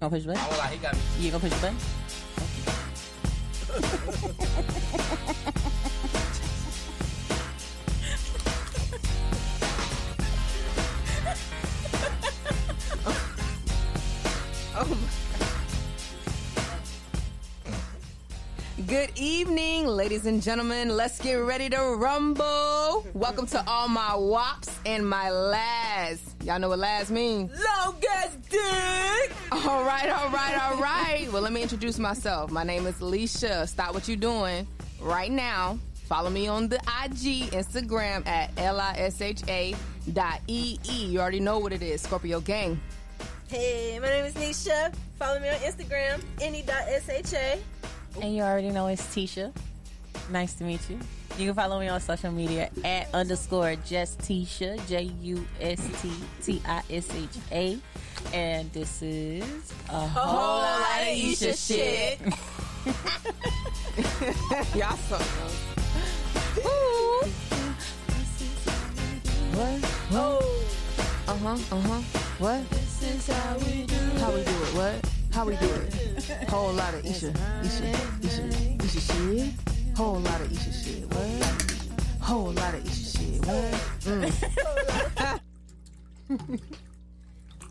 Gonna push the button? Oh, well, he got me. You gonna push the button? Good evening, ladies and gentlemen. Let's get ready to rumble. Welcome to all my wops and my lads. Y'all know what lads mean. Long ass dick! All right, all right, all right. Well, let me introduce myself. My name is Leisha. Stop what you're doing right now. Follow me on the IG, Instagram at L-I-S-H-A dot E-E. You already know what it is, Scorpio Gang. Hey, my name is Nisha. Follow me on Instagram, any.sha. And you already know it's Tisha. Nice to meet you. You can follow me on social media at underscore just Tisha, J U S T T I S H A. And this is a whole lot of Isha shit. Y'all so What? Uh-huh, uh-huh. What? This is how we do How we do it? What? How we do it? Whole lot of Isha, Isha, Isha, Isha shit. Whole lot of Isha shit. What? Whole lot of Isha shit. What?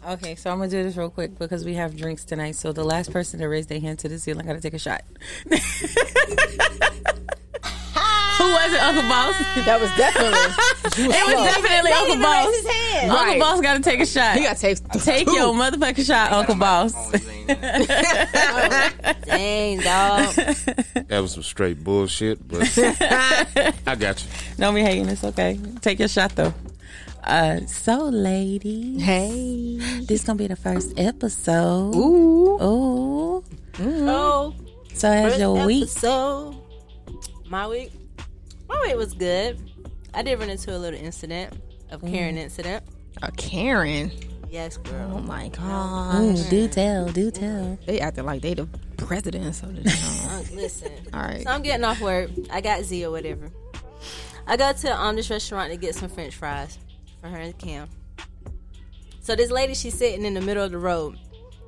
Okay, so I'm gonna do this real quick because we have drinks tonight. So the last person to raise their hand to the ceiling, I gotta take a shot. Who was it, Uncle Boss? That was definitely. It was definitely Uncle Boss. Raise his hand. Uncle Right. Boss gotta take a shot. You gotta take Take your motherfucking shot, Uncle Boss. Dang, dog. That was some straight bullshit, but I got you. Don't be hating. It's okay. Take your shot though. Uh, so, ladies, Hey. this gonna be the first episode. Ooh. Ooh. Oh, So, how's first your week? episode. My week, my week was good. I did run into a little incident of Mm. Karen incident. A Karen. Yes, girl. Oh my god. Ooh, do tell, do tell. They acting like they the presidents of the town. Uh, Listen. All right. So I'm getting off work. I got Z or whatever. I go to um this restaurant to get some French fries for her and Cam. So this lady, she's sitting in the middle of the road,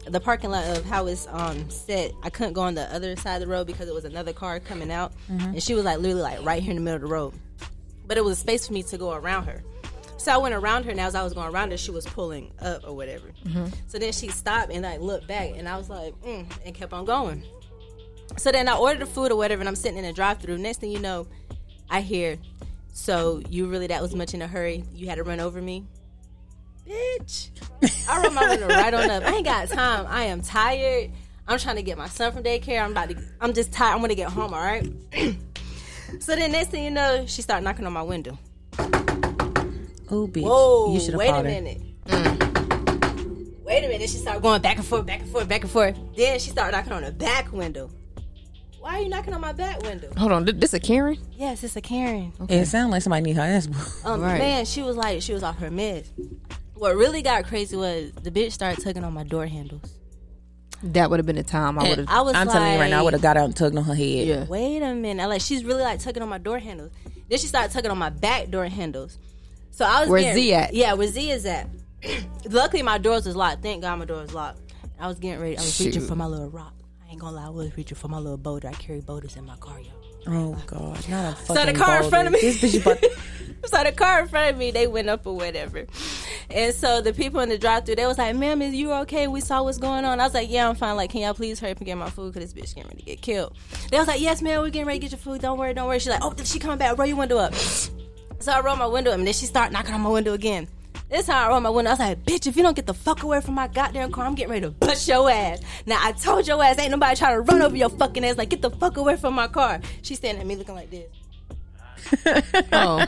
the parking lot of how it's um set. I couldn't go on the other side of the road because it was another car coming out, and she was like literally like right here in the middle of the road. But it was a space for me to go around her. So I went around her, and as I was going around her, she was pulling up or whatever. So then she stopped and like looked back, and I was like, mm, and kept on going. So then I ordered the food or whatever, and I'm sitting in a drive through. Next thing you know, I hear, so you really that was much in a hurry? You had to run over me? Bitch. I run my window right on up. I ain't got time. I am tired. I'm trying to get my son from daycare. I'm about to, I'm just tired. I'm going to get home, all right? so then next thing you know, she started knocking on my window. Ooh, bitch. Whoa, you should have wait a fought her. minute. Wait a minute. She started going back and forth, back and forth, back and forth. Then she started knocking on the back window. Why are you knocking on my back window? Hold on, th- this a Karen? Yes, it's a Karen. It sounds like somebody need her ass. Um, Right. Man, she was like, she was off her meds. What really got crazy was the bitch started tugging on my door handles. That would have been the time I would have. I was I'm like, telling you right now, I would have got out and tugged on her head. Yeah. wait a minute. I like, she's really like tugging on my door handles. Then she started tugging on my back door handles. So I was Where getting- Z at? Yeah, where Z is at. Luckily, my doors was locked. Thank God my door was locked. I was getting ready. I was reaching Shoot. for my little rock. I ain't gonna lie, I was reaching for my little boulder. I carry boulders in my car, y'all. Oh God, not a fucking. So the car in front of me. This bitch about. so the car in front of me, they went up or whatever. And so the people in the drive through, they was like, "Ma'am, is you okay? We saw what's going on." I was like, "Yeah, I'm fine. Like, can y'all please hurry up and get my food? Cause this bitch getting ready to get killed." They was like, "Yes, ma'am, we're getting ready to get your food. Don't worry, don't worry." She's like, "Oh, she coming back? Roll your window up." So I roll my window up, and then she start knocking on my window again. This time I roll my window. I was like, "Bitch, if you don't get the fuck away from my goddamn car, I'm getting ready to bust your ass." Now I told your ass, ain't nobody trying to run over your fucking ass. Like, get the fuck away from my car. She's standing at me looking like this. Oh.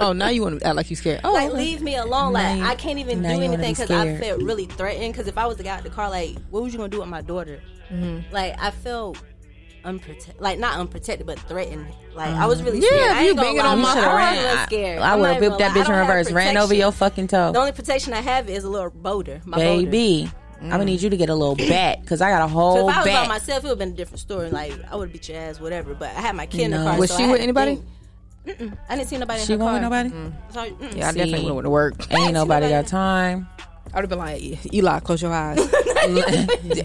oh, now you want to act like you scared. Oh, like leave me alone. Like Now you- I can't even do now you wanna be anything because I scared. felt really threatened. Because if I was the guy at the car, like what was you gonna do with my daughter? Mm-hmm. Like I felt unprotected, like not unprotected, but thanged. Like I Um, was really Yeah, scared. if I you ain't gonna banging lie. on my I car, Oh, was I- really scared. I I'm would not have even whipped that gonna bitch lie. I in don't have reverse, ran over protection. your fucking toe, The only protection I have is a little boulder, my boulder. Mm. baby. I'm gonna need you to get a little back because I got a whole So if I was back. by myself, it would have been a different story. Like I would beat your ass, whatever. But I had my kid in No. the car. Was so she I had with to anybody? think. Mm-mm. I didn't see nobody. she in her won't with car. nobody. So I- mm. yeah, I See. definitely would have went to work. Ain't nobody nobody. got time. I would have been like, "E- Eli, close your eyes.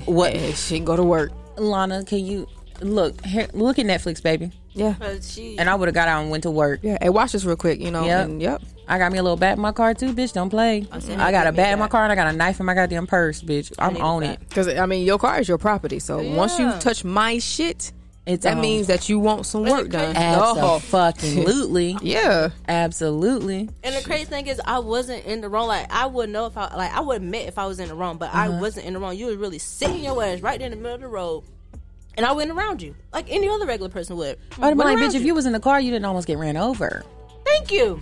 what? Yeah, she can go to work. Lana, can you look here? Look at Netflix, baby. Yeah. But she, And I would have got out and went to work. Yeah. Hey, watch this real quick, you know. Yep. and- yep. I got me a little bat in my car too, bitch. Don't play. I got a bat in my car and I got a knife in my goddamn purse, bitch. I'm need a on bat. it. Because, I mean, your car is your property. So once you Yeah. touch my shit, It's that on. means that you want some work done. Oh, Absolutely. yeah. Absolutely. and the crazy thing is, I wasn't in the wrong. Like I would know if I, like I would admit if I was in the wrong, but I Uh-huh. wasn't in the wrong. You was really sitting your ass right there in the middle of the road, and I went around you like any other regular person would. I would have been Went like, around bitch, if you was in the car, you didn't almost get ran over. thank you,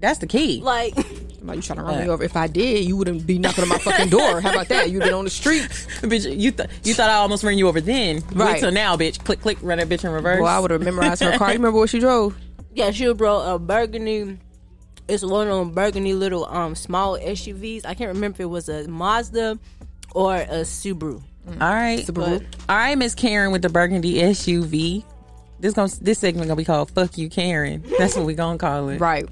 That's the key. like Now you trying to run me over. If I did, you wouldn't be knocking on my fucking door. How about that? You'd been on the street. bitch, you th- you thought I almost ran you over then. Right. Wait till now, bitch. Click, click, run that bitch in reverse. Well, I would have memorized her car. You remember what she drove? yeah, she brought a burgundy. It's one of them burgundy little um small SUVs. I can't remember if it was a Mazda or a Subaru. All right. Subaru. All right, Miss Karen with the burgundy SUV. This gonna this segment gonna be called "Fuck You, Karen." That's what we gonna call it. Right.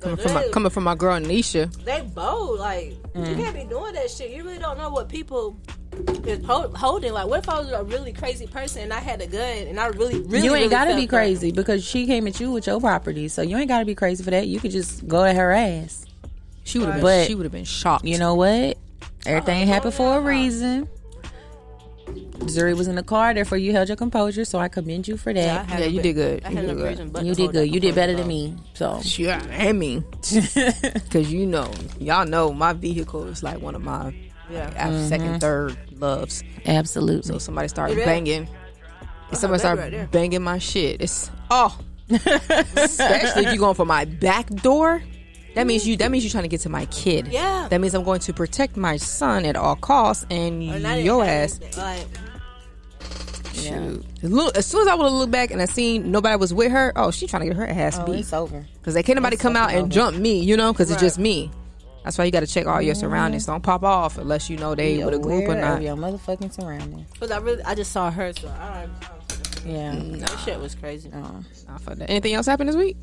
coming, from my, coming from my girl, Nisha. they bold. Like Mm. you can't be doing that shit. You really don't know what people is ho- holding. Like what if I was a really crazy person and I had a gun and I really, really you ain't really gotta felt be that? crazy because she came at you with your property, so you ain't gotta be crazy for that. You could just go at her ass. She would have been, But- she would have been shocked. You know what? Everything happened for a reason. Zuri was in the car, therefore you held your composure. So I commend you for that. I had Yeah, a you bit- did good. I You had did no good. reason but you to did hold that good. You did better composure, than me. So Yeah, I mean, because you know, y'all know my vehicle is like one of my Yeah. af- second, third loves. absolutely. So somebody started It is. banging. If somebody baby started right there. banging my shit, it's oh. Especially if you're going for my back door, that means you. That means you're trying to get to my kid. Yeah. That means I'm going to protect my son at all costs, and though. And I didn't your have ass. anything. Like, Shoot. Look- As soon as I would have looked back and I seen nobody was with her, oh, she trying to get her ass beat. over. Cause they can't nobody come out and jump me, you know, cause it's just me. That's why you got to check all your surroundings. Don't pop off unless you know they with a group or not. Your motherfucking surroundings. cause I really, I just saw her. So I don't. I don't Yeah. That shit was crazy. Not for that. Anything else happened this week?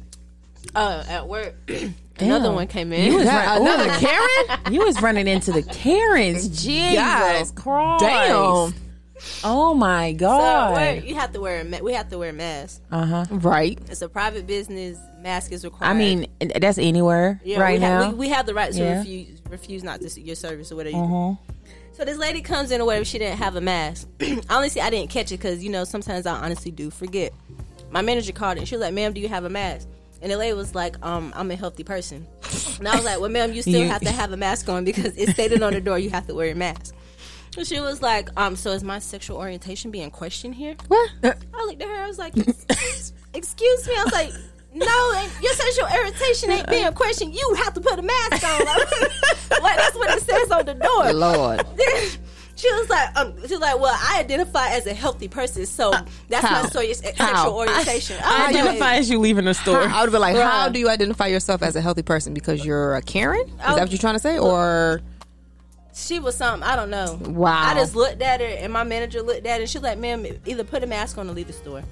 Uh, at work, another one came in. You was, Right, run- another Karen? ooh, you was running into the Karens. Jesus God Christ. Damn. Oh my So, wear- God. you have to wear. A ma- we have to wear a mask. Uh huh. Right. It's a private business. Mask is required. I mean, that's anywhere Yeah, right we now. Have, we, we have the right to Yeah. Mm-hmm. refuse refuse not to see your service or whatever. You So this lady comes in or whatever. She didn't have a mask. honestly, I didn't catch it because you know sometimes I honestly do forget. My manager called and she was like, "Ma'am, do you have a mask?" And the lady was like, um, "I'm a healthy person." And I was like, "Well, ma'am, you still You- have to have a mask on because it's stated on the door you have to wear a mask." And she was like, um, "So is my sexual orientation being questioned here?" What? I looked at her. I was like, "Excuse me." I was like, "No, ain't- your sexual irritation ain't being questioned. You have to put a mask on. like that's what it says on the door." Lord. Then she was like, um, "She was like, well, I identify as a healthy person, so that's Uh, how? my so- How? sexual orientation." I I was identify like- as you leaving the I store. I would have been like, how Right. do you identify yourself as a healthy person? Because you're a Karen? Is that Oh. what you're trying to say? Or She was something I don't know. Wow. I just looked at her, and my manager looked at her, and she was like, "Ma'am, either put a mask on or leave the store."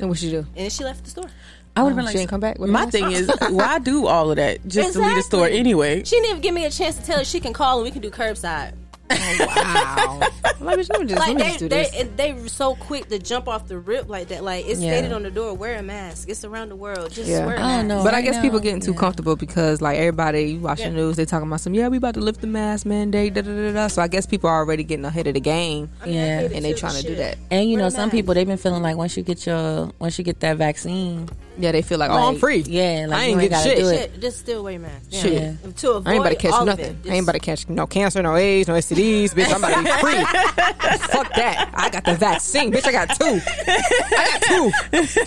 and what you do? Um, And she left the store. I would have been She like, didn't come back with a my mask? thing is, why do all of that just to leave the store Exactly. anyway? She didn't even give me a chance to tell her she can call and we can do curbside. Oh, Wow. let me let me just, let like me just they do they this. and they were so quick to jump off the rip like that. Like it's Yeah. stated on the door, wear a mask. It's around the world. Just Yeah. wear a I don't mask. know. But I Right guess now, people getting too yeah. comfortable because like everybody you watch the news, they talking about some yeah, we about to lift the mask mandate, da da da da. So I guess people are already getting ahead of the game, Yeah. hated and they to trying to do shit. that. And you Wear know, a some mask. people they've been feeling like once you get your once you get that vaccine, Yeah, they feel like oh, I'm Like, free. yeah, like, I you ain't ain't get gotta shit. do it. Shit, just still wear a mask. Yeah. Shit. Yeah. To avoid I ain't about to catch all of nothing. it. I ain't about to catch no cancer, no AIDS, no STDs, bitch. I'm about to be free. Fuck that. I got the vaccine, bitch. I got two. I got two. Shit.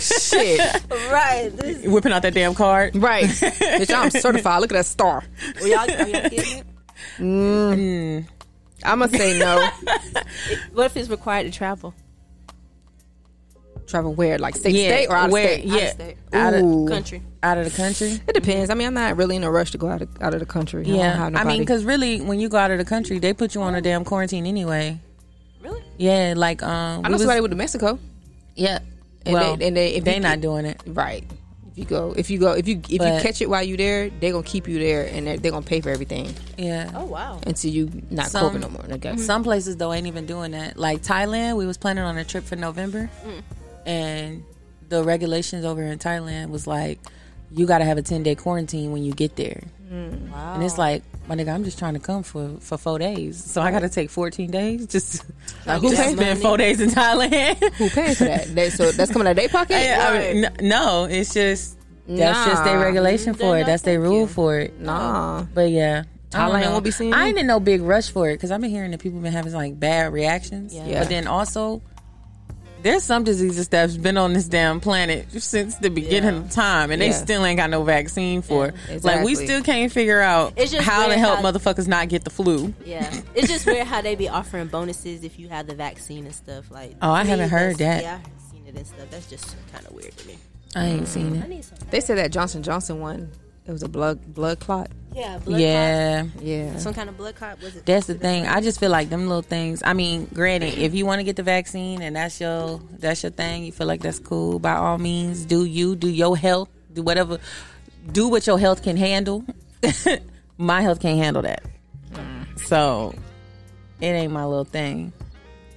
Just- right. This, whipping out that damn card. Right. bitch, I'm certified. Look at that star. were y'all, are y'all getting it? I'm gonna say no. What if it's required to travel? Travel where? Like state, Yeah, state or out of where- state? yeah. state. Out of, Ooh. Country. out of the country. It depends. I mean, I'm not really in a rush to go out of, out of the country. I, Yeah, don't have I mean, nobody. because really, when you go out of the country, they put you on a damn quarantine anyway. Really? Yeah, like um, I we know was- somebody went to Mexico. yeah. And well, they- and they- if they you- Oh. not doing it. Right. If you go, if you go, if you if you But- catch it while you there, they gonna keep you there, and they're, they gonna pay for everything Yeah. Oh wow. until you not Some- COVID no more. Okay. Some places though ain't even doing that. Like Thailand, we was planning on a trip for November, Mm. and the regulations over in Thailand was like, you got to have a ten day quarantine when you get there. Wow. Mm. And it's like, my nigga, I'm just trying to come for for four days, so I got to take fourteen days. Just like who just pays spend money. four days in Thailand? Who pays for that? They, so that's coming out of their pocket. Yeah, I mean, n- no, it's just that's just their Nah. regulation for Then it. no, That's their thank rule you. for it. nah. But yeah. I don't Thailand know. won't be seeing I you? ain't in no big rush for it because I've been hearing that people been having like bad reactions. Yeah. But then also, there's some diseases that's been on this damn planet since the beginning of time, and they Yeah. still ain't got no vaccine for. it. Like we exactly. still can't figure out It's just how to weird help how- motherfuckers not get the flu. Yeah, it's just weird how they be offering bonuses if you have the vaccine and stuff. Like, Oh, I to me, haven't heard that. that's- Yeah, I haven't seen it and stuff. That's just kind of weird to me. I ain't seen I it. need some. They said that Johnson Johnson one. It was a blood blood clot. Yeah, blood Yeah. Yeah. clot. some kind of blood clot was it? That's the thing. I just feel like them little things. I mean, granted, if you want to get the vaccine and that's your that's your thing, you feel like that's cool. By all means, do you do your health, do whatever, do what your health can handle. my health can't handle that, so it ain't my little thing.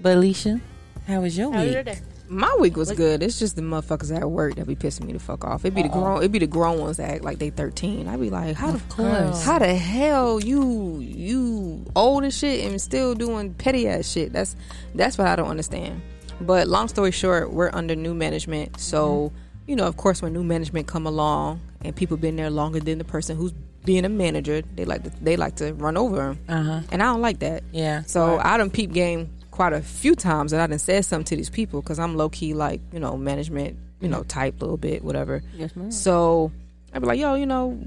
But Alicia, how was your week? My week was good. It's just the motherfuckers at work that be pissing me the fuck off. It be the grown. It be the grown ones that act like they thirteen. I be like, how the course. how the hell you you old and shit and still doing petty ass shit. That's that's what I don't understand. But long story short, we're under new management, so Mm-hmm. you know, of course, when new management come along and people been there longer than the person who's being a manager, they like to, they like to run over 'em. Uh-huh. and I don't like that. Yeah. So I done peep game quite a few times, and I done said something to these people because I'm low key like you know management, you know type a little bit, whatever. Yes, ma'am. So I'd be like, yo, you know,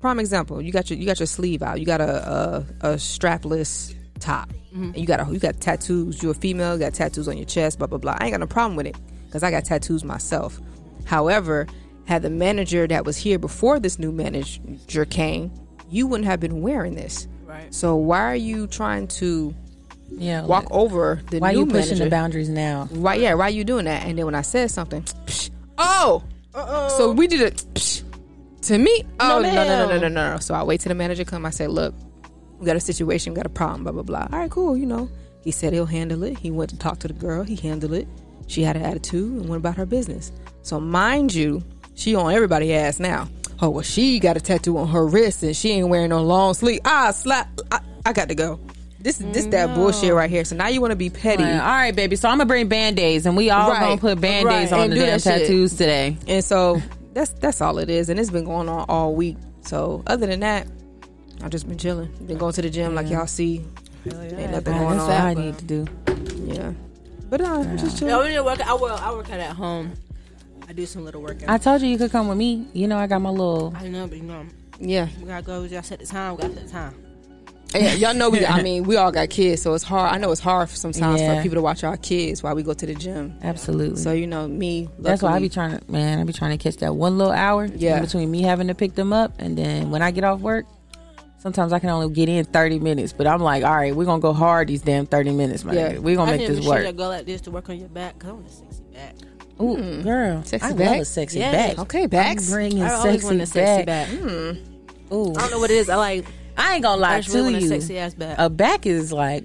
prime example, you got your you got your sleeve out, you got a a, a strapless top, Mm-hmm. and you got a you got tattoos. You're a female, you got tattoos on your chest, blah blah blah. I ain't got no problem with it because I got tattoos myself. However, had the manager that was here before this new manager came, you wouldn't have been wearing this. Right. So why are you trying to Yeah. walk over the Why new you pushing manager. the boundaries now? Why? Yeah, why you doing that? And then when I said something, psh, oh, Uh-oh. so we did it psh, to me. Oh no no no no no no. no. So I wait till the manager come. I say, look, we got a situation, we got a problem, blah blah blah. All right, cool. You know, he said he'll handle it. He went to talk to the girl. He handled it. She had an attitude and went about her business. So mind you, she on everybody ass now. Oh well, she got a tattoo on her wrist and she ain't wearing no long sleeve. Ah, slap. I, I got to go. This this that bullshit right here. So now you want to be petty. All right, baby. So I'm gonna bring band aids, and we all Right. gonna put band aids Right. on And the do damn that shit. tattoos today. And so that's that's all it is, and it's been going on all week. So other than that, I've just been chilling, been going to the gym like y'all see. Ain't nothing All right, going that's what I on. need to do. Yeah, but uh, I'm just Yeah, chilling. we need to work. I work. I work out at home. I do some little workout. I told you you could come with me. You know I got my little. I know, but you know, Yeah, we gotta go. Y'all set the time. We gotta set the time. yeah, y'all know. We, I mean, we all got kids, so it's hard. I know it's hard for sometimes Yeah. for people to watch our kids while we go to the gym. Absolutely. So you know, me. That's why I be luckily- trying to, man. I be trying to catch that one little hour Yeah. in between me having to pick them up and then when I get off work. Sometimes I can only get in thirty minutes, but I'm like, all right, we're gonna go hard these damam thirty minutes, man. Yeah. We're gonna I make didn't this even sure work. y'all go like this to work on your back. Cause I want a sexy back. Ooh, Mm. girl, Sexy I love back? a sexy Yeah. back. Okay, backs. I'm bringing I always sexy, Mm. want a sexy back. Ooh, I don't know what it is. I like. I ain't gonna lie I just really to want a you. sexy ass back. A back is like,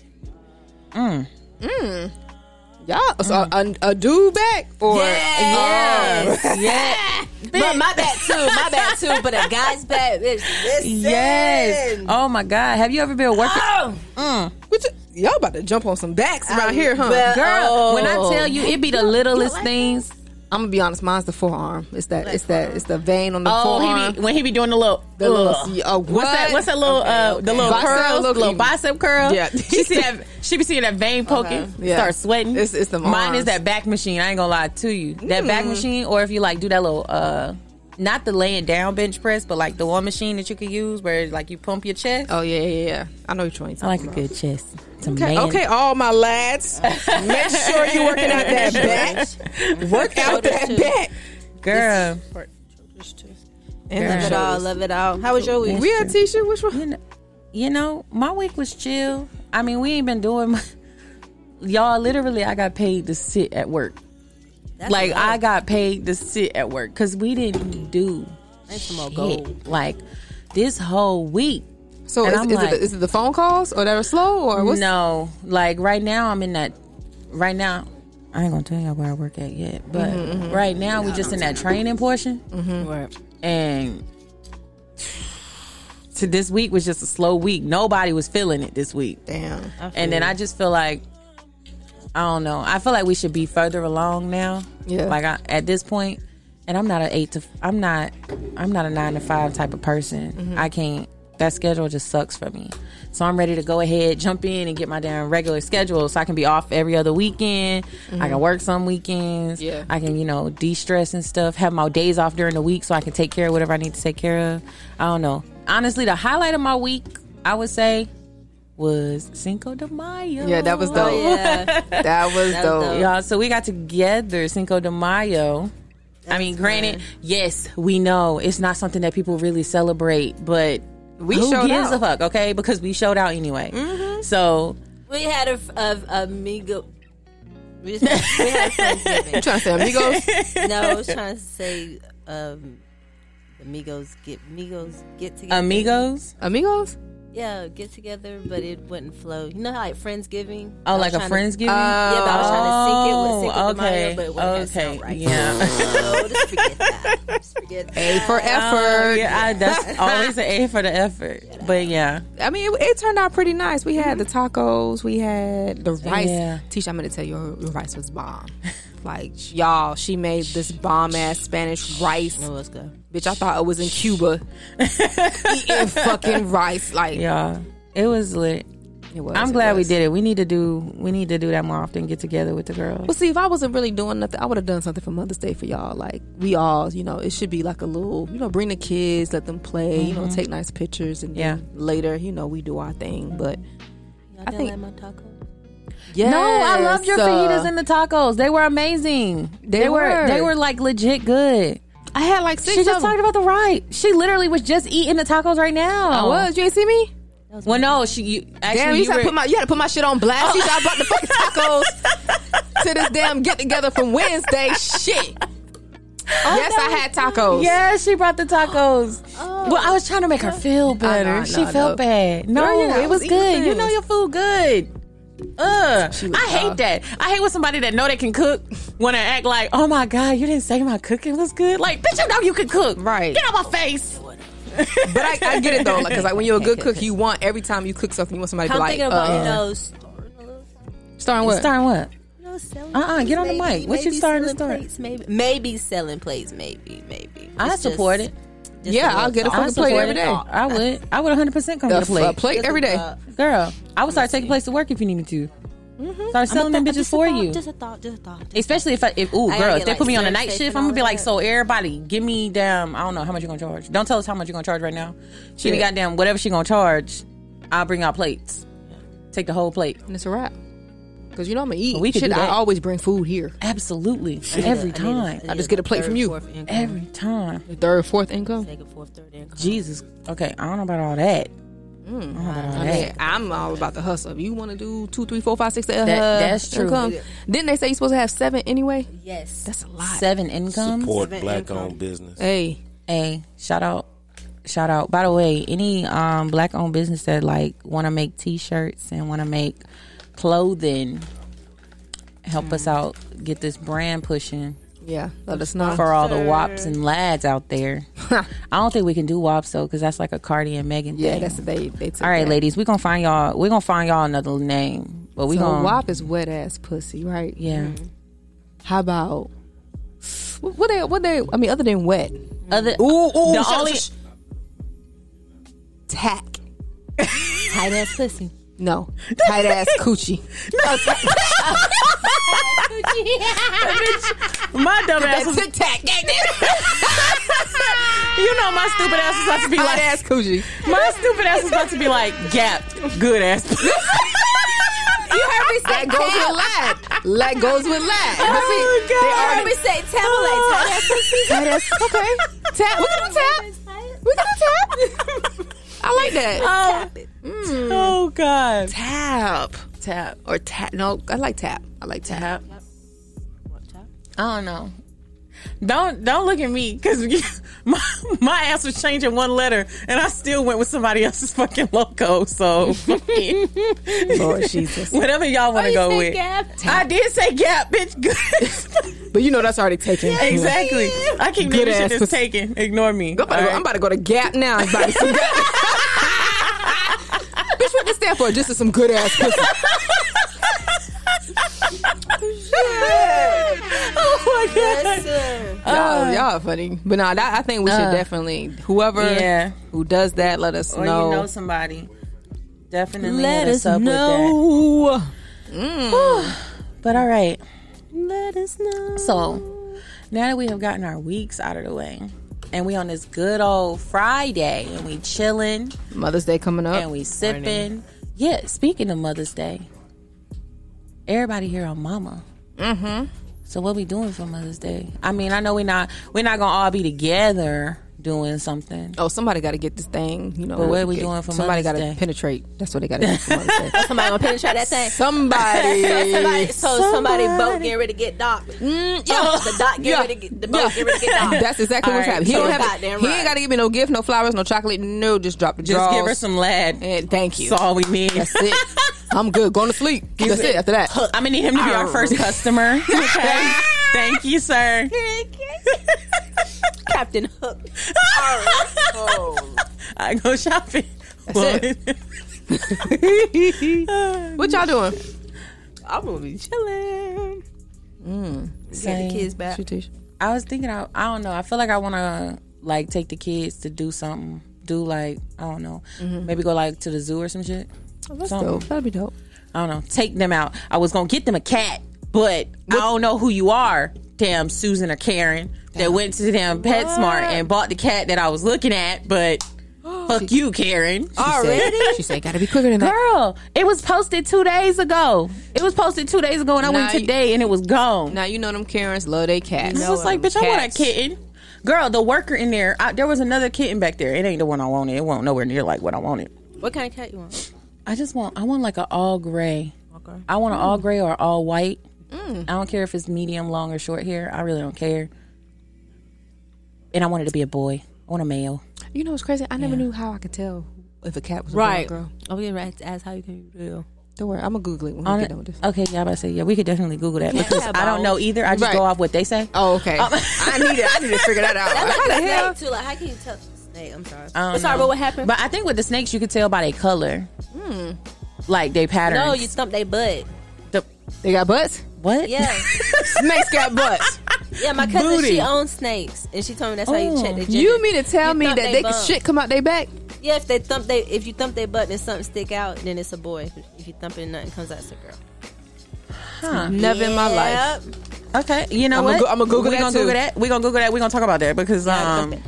Y'all, so a, a dude back or Yes. Oh. yeah, But my back too. My back too. But a guy's back. Bitch, listen. yes. Oh my God, have you ever been working? Oh. What you, all about to jump on some backs around here, huh? well, Girl, Oh. when I tell you, it be the littlest like things. I'm gonna be honest. Mine's the forearm. It's that. It's that. It's the vein on the Oh, he forearm. be, when he be doing the little, The little- ugh. oh, what's that? what? What's that little? uh, The little Bicep curls, look little you- bicep curl. Yeah. Uh-huh. she see that. She be seeing that vein poking. Yeah. Start sweating. It's- Mm. it's them Mine is arms. that back machine. I ain't gonna lie to you. That back machine, or if you like do that little, uh, not the laying down bench press, but like the one machine that you could use where like you pump your chest. Oh yeah, yeah, yeah. I know which one you're I like talking a about. good chest. It's a Okay, man. okay, all my lads, make sure you're working out that back. Work out that back. girl. Love it all. Love it all. How was your week? We had Tisha. Which one? You know, you know, my week was chill. I mean, we ain't been doing. My, y'all, literally, I got paid to sit at work. That's like a lot. I got paid to sit at work because we didn't do That's some old shit. gold. Like this whole week. So And is, I'm is, like- it, is it the phone calls or that are slow or what's no, like right now I'm in that. Right now, I ain't gonna tell y'all where I work at yet, but Mm-hmm, right now we just in that training portion, Word. and to this week was just a slow week. Nobody was feeling it this week. damn? and then I just feel like I don't know. I feel like we should be further along now. Yeah. Like I, at this point, and I'm not an eight to I'm not I'm not a nine to five type of person. I can't. That schedule just sucks for me. So I'm ready to go ahead, jump in, and get my damn regular schedule, so I can be off every other weekend. I can work some weekends. Yeah. I can you know de stress and stuff. Have my days off during the week, so I can take care of whatever I need to take care of. I don't know. Honestly, the highlight of my week, I would say, was Cinco de Mayo. Yeah, that was dope. Oh yeah. That was That was dope. dope. Y'all, so we got together Cinco de Mayo. I mean, granted, yes, we know it's not something that people really celebrate, but We who showed gives out. a fuck, okay? Because we showed out anyway. Mm-hmm. So we had a a, a migo. We, just had, we had Thanksgiving. You trying to say amigos? No, I was trying to say um, amigos get amigos get together. amigos, amigos? yeah, get together, but it wouldn't flow. You know how like Friendsgiving? I oh, was like a trying to- friendsgiving. yeah, but I was trying to sync it with Oh, Cinco de Mayo, okay, but it wouldn't okay, sound right. Oh, yeah. So just forget that. Just forget that. A Uh, for effort. yeah, I, that's always an A for the effort. But yeah, I mean, it, it turned out pretty nice. We had the tacos, we had the rice. Mm-hmm. Yeah. Tisha, I'm gonna tell you, her, your rice was bomb. Like y'all, she made this bomb ass Spanish rice. Oh, let's go. Bitch, I thought I was in Cuba eating fucking rice. Like y'all, it was lit. it was. I'm it glad we was. did it. We need to do we need to do that more often. Get together with the girls. Well, see, if I wasn't really doing nothing, I would have done something for Mother's Day for y'all. Like we all, you know, it should be like a little, you know, bring the kids, let them play, you Mm-hmm. know, take nice pictures, and then later, you know, we do our thing. But Y'all I didn't think- like my taco? yeah, No, I loved your fajitas and the tacos. They were amazing. They, were, uh, were. they were like legit good. I had like six. She of just them. talked about the right. She literally was just eating the tacos right now. I was. You ain't see me? Well, no, she you, actually Oh. Damn, you, you said were- put my you had to put my shit on blast. You said I brought the fucking tacos to this damn get together from Wednesday. Shit. yes, I had tacos. yeah, she brought the tacos. Well, I was trying to make her feel better. no, she no, felt no. bad. No, Girl, yeah, I it was was eating good. You know things. your food good. Ugh, She was I hate tough. that. I hate when somebody that know they can cook want to act like, "Oh my god, you didn't say my cooking was good." Like, bitch, you know you can cook. Right. Get out my face. But I, I get it though, because like, when you're a good cook, you want every time you cook something, you want somebody to I'm be like, thinking about uh, you know, starting a little. starting what? Starting what? You know, selling Uh-uh, plates, get on the maybe, mic. What you maybe starting to selling start? Plates, maybe, maybe selling plates. Maybe, maybe. I It's support just- it. just Yeah, little I'll get a I thought. fucking plate support every it. day. I would. I would 100% come The to f- the a plate. plate. every day. thought. Girl, I would start taking plates to work if you need me to. Mm-hmm. Start selling them Just a bitches for thought, you. Just a thought. Just a thought. Especially if, I, if ooh, I gotta girl, get, if they like, put me on a snack night shake shift, and I'm gonna all be like, that. so everybody, give me damn, I don't know how much you gonna charge. Don't tell us how much you gonna charge right now. She Yeah. goddamn whatever she gonna charge, I'll bring out plates. Take the whole plate. And it's a wrap. Because you know I'm going to eat. We could Shit, do I that. always bring food here. Absolutely, I need a- every I need a- time, need I just get a plate third, from you. fourth income. every time. The third, fourth income. Second, fourth, third income. Jesus, okay, I don't know about all that. Mm, I don't know about all I that. mean, I'm all about the hustle. If you want to do two, three, four, five, six, That- uh, that's true. Income. Didn't they say you're supposed to have seven anyway? Yes. That's a lot. Seven incomes. Support Seven black income. owned business. Hey, Hey, shout out. Shout out. By the way, any um black owned business that like wanna make t shirts and wanna make clothing, help Mm. us out, get this brand pushing yeah, let us know. for all the wops and lads out there. I don't think we can do wops though, because that's like a Cardi and Megan yeah, thing. that's what they. they took all right, that. ladies, we're gonna find y'all we're gonna find y'all another name. But we So gonna WAP is wet ass pussy, right? Yeah. How about what what they? What they? I mean, other than wet, Mm. Other Ooh, ooh, the shut- only shut- tack. Tight ass pussy. No, tight ass coochie. my dumb ass That's was, a tack. Tight you know my stupid ass is about to be like ass coochie. My stupid ass is about to be like, gap, good ass. You heard me say that goes with lag. Lag goes with lag. But see, Oh, God. they I already always say Tamala. Tight ass tight ass. pussy. Okay, tap. We gonna tap. We gonna tap. I like that. oh, oh God. Tap, tap, or tap. No, I like tap. I like tap. Tap. I don't know. Don't don't look at me because my, my ass was changing one letter and I still went with somebody else's fucking loco. So Lord Jesus. whatever y'all want to go with. Gap. I did say gap, bitch. Good. But you know that's already taken. Anyway. exactly. I keep Good naming ass shit that's pussy. taken. Ignore me. I'm about, to go, All I'm right. about to go to Gap now. and buy some Gap. Bitch, what this stand for? Just some good ass pussy. Oh my god. Yes, sir. Y'all, Uh, y'all are funny. But no, that, I think we should definitely whoever Yeah. who does that, let us Or know. you know somebody. Definitely Let let, us us, up with that. But all right. Let us know. So now that we have gotten our weeks out of the way, and we on this good old Friday, and we chilling Mother's Day coming up. and we sipping. Yeah, speaking of Mother's Day, everybody here on Mama. Mm-hmm. So what we doing for Mother's Day? I mean, I know we not we're not gonna all be together doing something. Oh, somebody got to get this thing. You know, But what are we get- doing for somebody Mother's gotta Day? penetrate. That's what they got to do for Mother's Day. Somebody gonna penetrate that thing. So Somebody. somebody, so somebody boat getting ready to get docked. yeah. The dock getting Yeah. ready to get the boat getting ready to get docked. That's exactly what's Oh. All right, happening. He so don't have. goddamn He right. ain't got to give me no gift, no flowers, no chocolate. No, just drop the Just drawers. give her some lad. And thank you. That's all we need. That's it. I'm good. Going to sleep. That's it. After that. I'm gonna need him to be our first customer. Okay. Thank you, sir. Captain Hook. I go shopping. Oh. That's What y'all doing? I'm gonna be chilling. Get the kids back. I was thinking, I, I don't know. I feel like I want to like take the kids to do something. Do like I don't know, maybe go like to the zoo or some shit. Something. That'd be Oh, dope. I don't know. Take them out. I was gonna get them a cat, but I don't know who you are, damn Susan or Karen. That went to damn PetSmart and bought the cat that I was looking at, but fuck you, Karen. Already? She said, "Gotta be quicker than that." Oh, Girl, it was posted two days ago. It was posted two days ago, and I Now went you- today, and it was gone. Now you know them Karens love they cats. I was like, bitch, I want a Cats. kitten. Girl, the worker in there, I, there was another kitten back there. It ain't the one I wanted. It won't nowhere near like what I wanted. What kind of cat you want? I just want, I want like an all gray. I want an Mm. all gray or all white. I don't care if it's medium, long, or short hair. I really don't care. And I wanted to be a boy. I want a male. You know what's crazy? I never knew how I could tell if a cat was a Right. boy or a girl. Oh, we right to ask how you can be real. Don't worry, I'm gonna Google it when On we it- get done with this. Okay, yeah, I about to say, yeah, we could definitely Google that because have I don't know either. I just Right. go off what they say. Oh, okay. I need it. I need to figure that out. Like how the hell? snake too. Like how can you touch the snake? I'm sorry. don't I'm sorry, know. but what happened? But I think with the snakes, you could tell by their color, like they pattern. no, you thumped their butt. They got butts. what? Yeah, Snakes got butts. yeah. My cousin, Booty. she owns snakes, and she told me that's how you Oh. check the gender. you mean to tell You me that thought they, they could bums. shit come out their back? Yeah, if they thump they if you thump their butt and something stick out, then it's a boy. If you thump it, nothing comes out, it's a girl. Never in my life. Yep. Okay, you know I'ma what? go- I'ma Google we that gonna too. Google that. We gonna Google that. We gonna talk about that because um, thump it.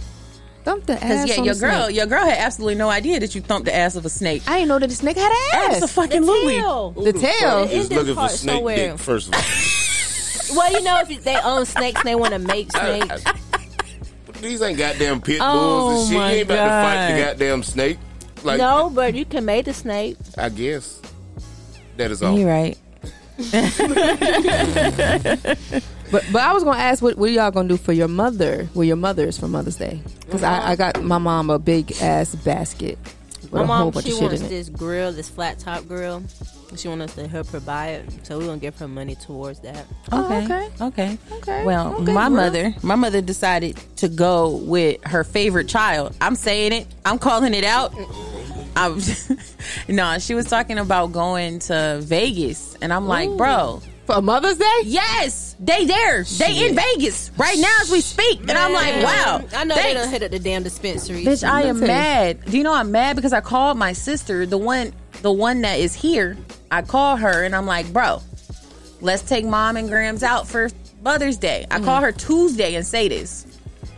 Thump the ass. because yeah, on your the girl, snake. your girl had absolutely no idea that you thumped the ass of a snake. I didn't know that this nigga had That's an a ass. fucking Louis. Tail. The tail. It- Just Indian looking for part snake somewhere. dick first of all. Well, you know, if you- they own snakes, and they want to make snakes. These ain't goddamn pit bulls Oh and shit. You my ain't about to fight the God. goddamn snake. Like, No, but you can make the snake. I guess that is all. You right? But, but I was gonna ask, what, what y'all gonna do for your mother? Well, your mother's for Mother's Day, because I, I got my mom a big ass basket with My a whole mom, bunch she of shit wants in it. this grill, this flat top grill. She wants us to help her buy it, so we're gonna give her money towards that. Okay. okay. Oh, Okay. Okay, Well, okay, my well. mother, my mother decided to go with her favorite child. I'm saying it. I'm calling it out. I'm no, she was talking about going to Vegas, and I'm like, bro, For Mother's Day? yes, they there, they in Vegas right now as we speak, and I'm like, wow, I know they thanks. don't hit up the damn dispensary. Bitch, I am Nothing. mad. Do you know I'm mad because I called my sister, the one the one that is here. I call her and I'm like, "Bro, let's take mom and Grams out for Mother's Day." I call her Tuesday and say this.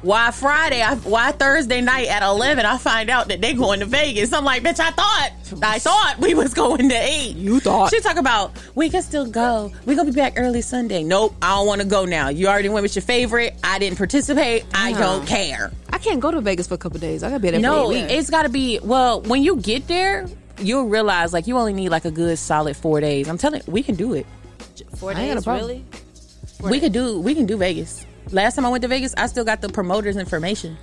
Why Friday? I, why Thursday night at eleven? I find out that they going to Vegas. I'm like, bitch. I thought, I thought we was going to eat. You thought. she talk about we can still go. We gonna be back early Sunday. Nope, I don't want to go now. You already went with your favorite. I didn't participate. I don't care. I can't go to Vegas for a couple days. I gotta be there No, for a week. it's got to be. Well, when you get there, you'll realize like you only need like a good solid four days. I'm telling you, we can do it. Four I ain't got a days, problem. really? We could do we can do Vegas. Last time I went to Vegas, I still got the promoter's information.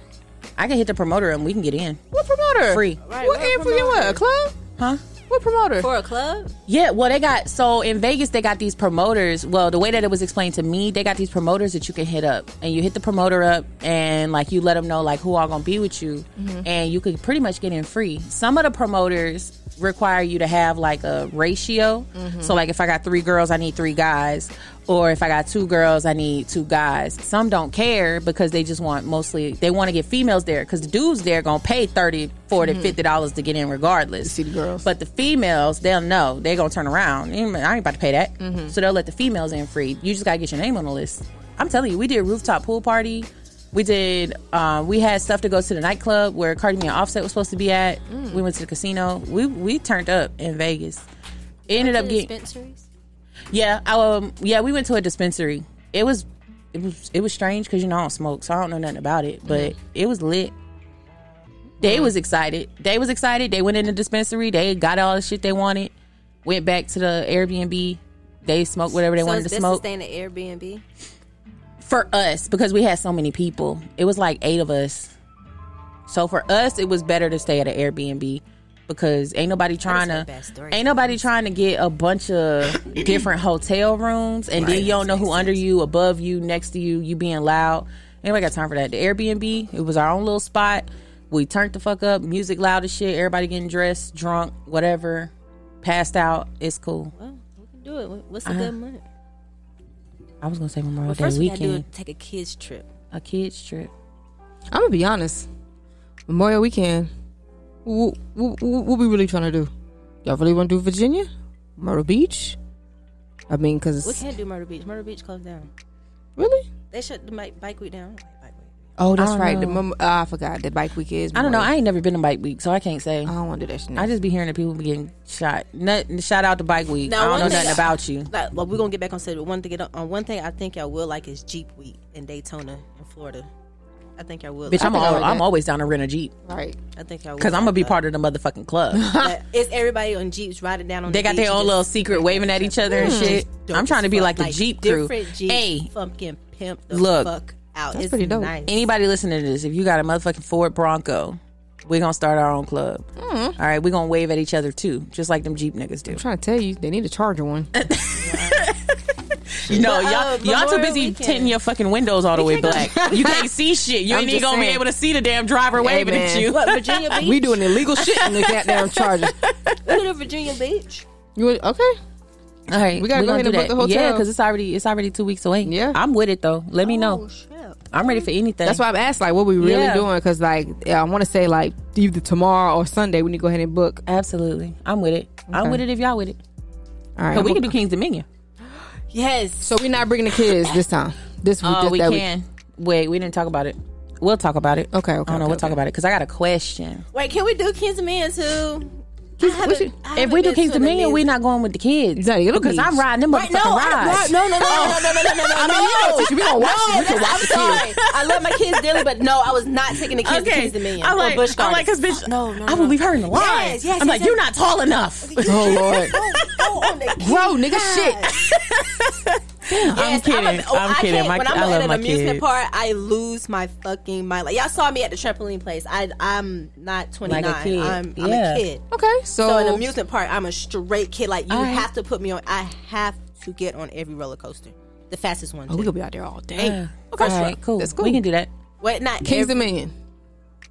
I can hit the promoter and we can get in. What promoter? Free. Right, what what and free? What a promoter? club? Huh? What promoter? For a club? Yeah, well, they got so in Vegas they got these promoters. Well, the way that it was explained to me, they got these promoters that you can hit up, and you hit the promoter up, and like you let them know like who all gonna be with you, Mm-hmm. and you could pretty much get in free. Some of the promoters require you to have like a ratio. Mm-hmm. So like if I got three girls, I need three guys, or if I got two girls, I need two guys. Some don't care because they just want mostly they want to get females there because the dudes there gonna pay 30 40 50 dollars to get in regardless. Mm-hmm. see the girls. But the females, they'll know. They're going to turn around. I ain't about to pay that. So they'll let the females in free. You just got to get your name on the list. I'm telling you, we did rooftop pool party. We did, uh, we had stuff to go to the nightclub where Cardi B and Offset was supposed to be at. We went to the casino. We we turned up in Vegas. It ended up The getting, dispensaries? yeah, I, um, yeah, we went to a dispensary. It was, it was, it was strange because you know I don't smoke, so I don't know nothing about it. But Mm-hmm. it was lit. They was excited. They was excited. They went in the dispensary. They got all the shit they wanted. Went back to the Airbnb. They smoked whatever they So wanted it's to best to smoke stay in the Airbnb. for us because we had so many people. It was like eight of us. So for us, it was better to stay at an Airbnb because ain't nobody trying to heard bad stories ain't nobody trying to get a bunch of different hotel rooms and then you don't know who under you, above you, next to you, you being loud. Anybody got time for that? The Airbnb, it was our own little spot. We turned the fuck up, music loud as shit. Everybody getting dressed, drunk, whatever, passed out. It's cool. Well, Oh, we can do it. What's a Uh, good month? I was gonna say Memorial Day First, we gotta do weekend, it, take a kids trip. a kids trip. I'm gonna be honest. Memorial weekend. What, what, what we really trying to do? Y'all really want to do Virginia, Myrtle Beach? I mean, We cause can't do Myrtle Beach. Myrtle Beach closed down. really? They shut the bike, bike week down. I don't like bike week. Oh, that's don't right. The know. mem- uh, I forgot the bike week is. I don't know. Memorial. I ain't never been to Bike Week, so I can't say. I, don't want to do that shit. I just be hearing that people be getting shot. Nothing, shout out to Bike Week. Now, I don't one know thing nothing I- about you. Like, well, we're gonna get back on schedule. One thing, get on, on one thing, I think y'all will like is Jeep Week in Daytona in Florida. I think y'all will. Bitch, I'm, think I all, like I'm that. always down to rent a Jeep right. I think y'all will. because I'm going to be like part of the motherfucking club. that. But It's everybody on Jeeps riding down on. they the got beach their own and little just- secret waving at each other and shit. dope I'm as trying to be fuck. like the Jeep crew. Different Jeeps, Hey, fucking pimp the look. fuck out. it's pretty dope. Nice. anybody listening to this, if you got a motherfucking Ford Bronco, we're going to start our own club. All right, we're going to wave at each other too, just like them Jeep niggas do. I'm trying to tell you, they need a charger one. No, But, uh, y'all, y'all too Memorial busy weekend. tinting your fucking windows all the way black. you can't see shit. You I'm ain't even just gonna be saying. able to see the damn driver waving at man. you. What Virginia Beach? we doing illegal shit in the goddamn charger. We do Virginia Beach. You want- okay? All right, We gotta we gonna go ahead and do book that. the hotel. Yeah, because it's already it's already two weeks away. Yeah. I'm with it though. Let me Oh, know. shit. I'm ready for anything. That's why I've asked, like, what we really Yeah. doing? Because, like, yeah, I want to say, like, either tomorrow or Sunday, we need to go ahead and book. Absolutely, I'm with it. I'm Okay. with it if y'all with it. All right. But we I'm- can do King's Dominion. Yes. so we're not bringing the kids this time. This week, Oh, just we that can. Wait, we didn't talk about it. We'll talk about it. Okay, okay, I don't know. okay, we'll talk okay. about it because I got a question. Wait, can we do Kids and Men too? If we do King's Dominion, we're not going with the kids Exactly, it'll because be- I'm riding them Right, no, motherfucking I- rides. no, no, no, no, no, no, no, no, no, no, week. no. We gonna watch it. We No, can watch I'm the kids. sorry. I love my kids dearly, but no, I was not taking the kids to Kids and Men. I'm or like, Busch I'm like, Gardens. cause bitch, No, no, I will leave her in the line. Yes, yes, I'm like, yes, you're not tall enough. Oh, Lord. Oh, oh, on the kids. Bro, nigga, shit. I'm kidding. I'm, oh, I kidding. can't- My, when I'm I at love an my amusement kids. park, I lose my fucking mind. Like y'all saw me at the trampoline place. I I'm not 29. kid. I'm, I'm Yeah. a kid. Okay, so, So in an amusement park, I'm a straight kid. Like you All right. have to put me on. I have to get on every roller coaster, the fastest one. oh, we too. gonna be out there all day. Okay, all right, cool. That's cool. We can do that. Wait, not Kings Kings every, Dominion.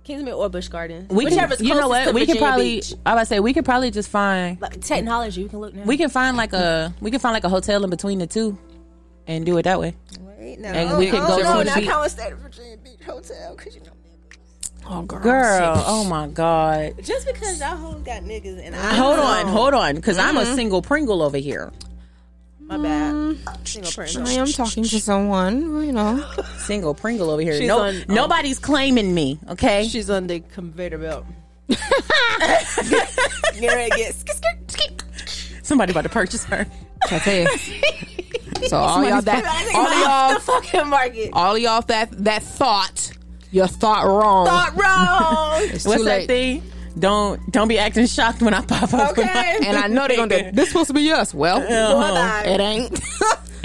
Kingsman or Busch Garden. We can, Whichever's you know closest what? to we can Virginia probably. Beach. I about to say we could probably just find. Like, technology. You can look now. We can find like a. We can find like a hotel in between the two, and do it that way. Wait, no. and we Oh, could oh, go no, to the not beach. College State Virginia Beach Hotel, 'cause you know. Oh, girl. Girl, oh my god. Just because y'all hoes got niggas and I Hold on, hold on, because I'm Mm-hmm. a single Pringle over here. My bad. Single person. I am talking to someone, you know. Single Pringle over here. She's No, on- oh. nobody's claiming me. Okay. She's on the conveyor belt. Get ready to get skit, skit, skit. Somebody about to purchase her. I tell you. So all y'all I that, think all about y'all, the fucking market. all y'all that that thought, you thought wrong. Thought wrong. It's What's too that late. thing? Don't don't be acting shocked when I pop up. with Okay. my- And I know they're gonna. do- This supposed to be us. Well, Bye-bye. it ain't.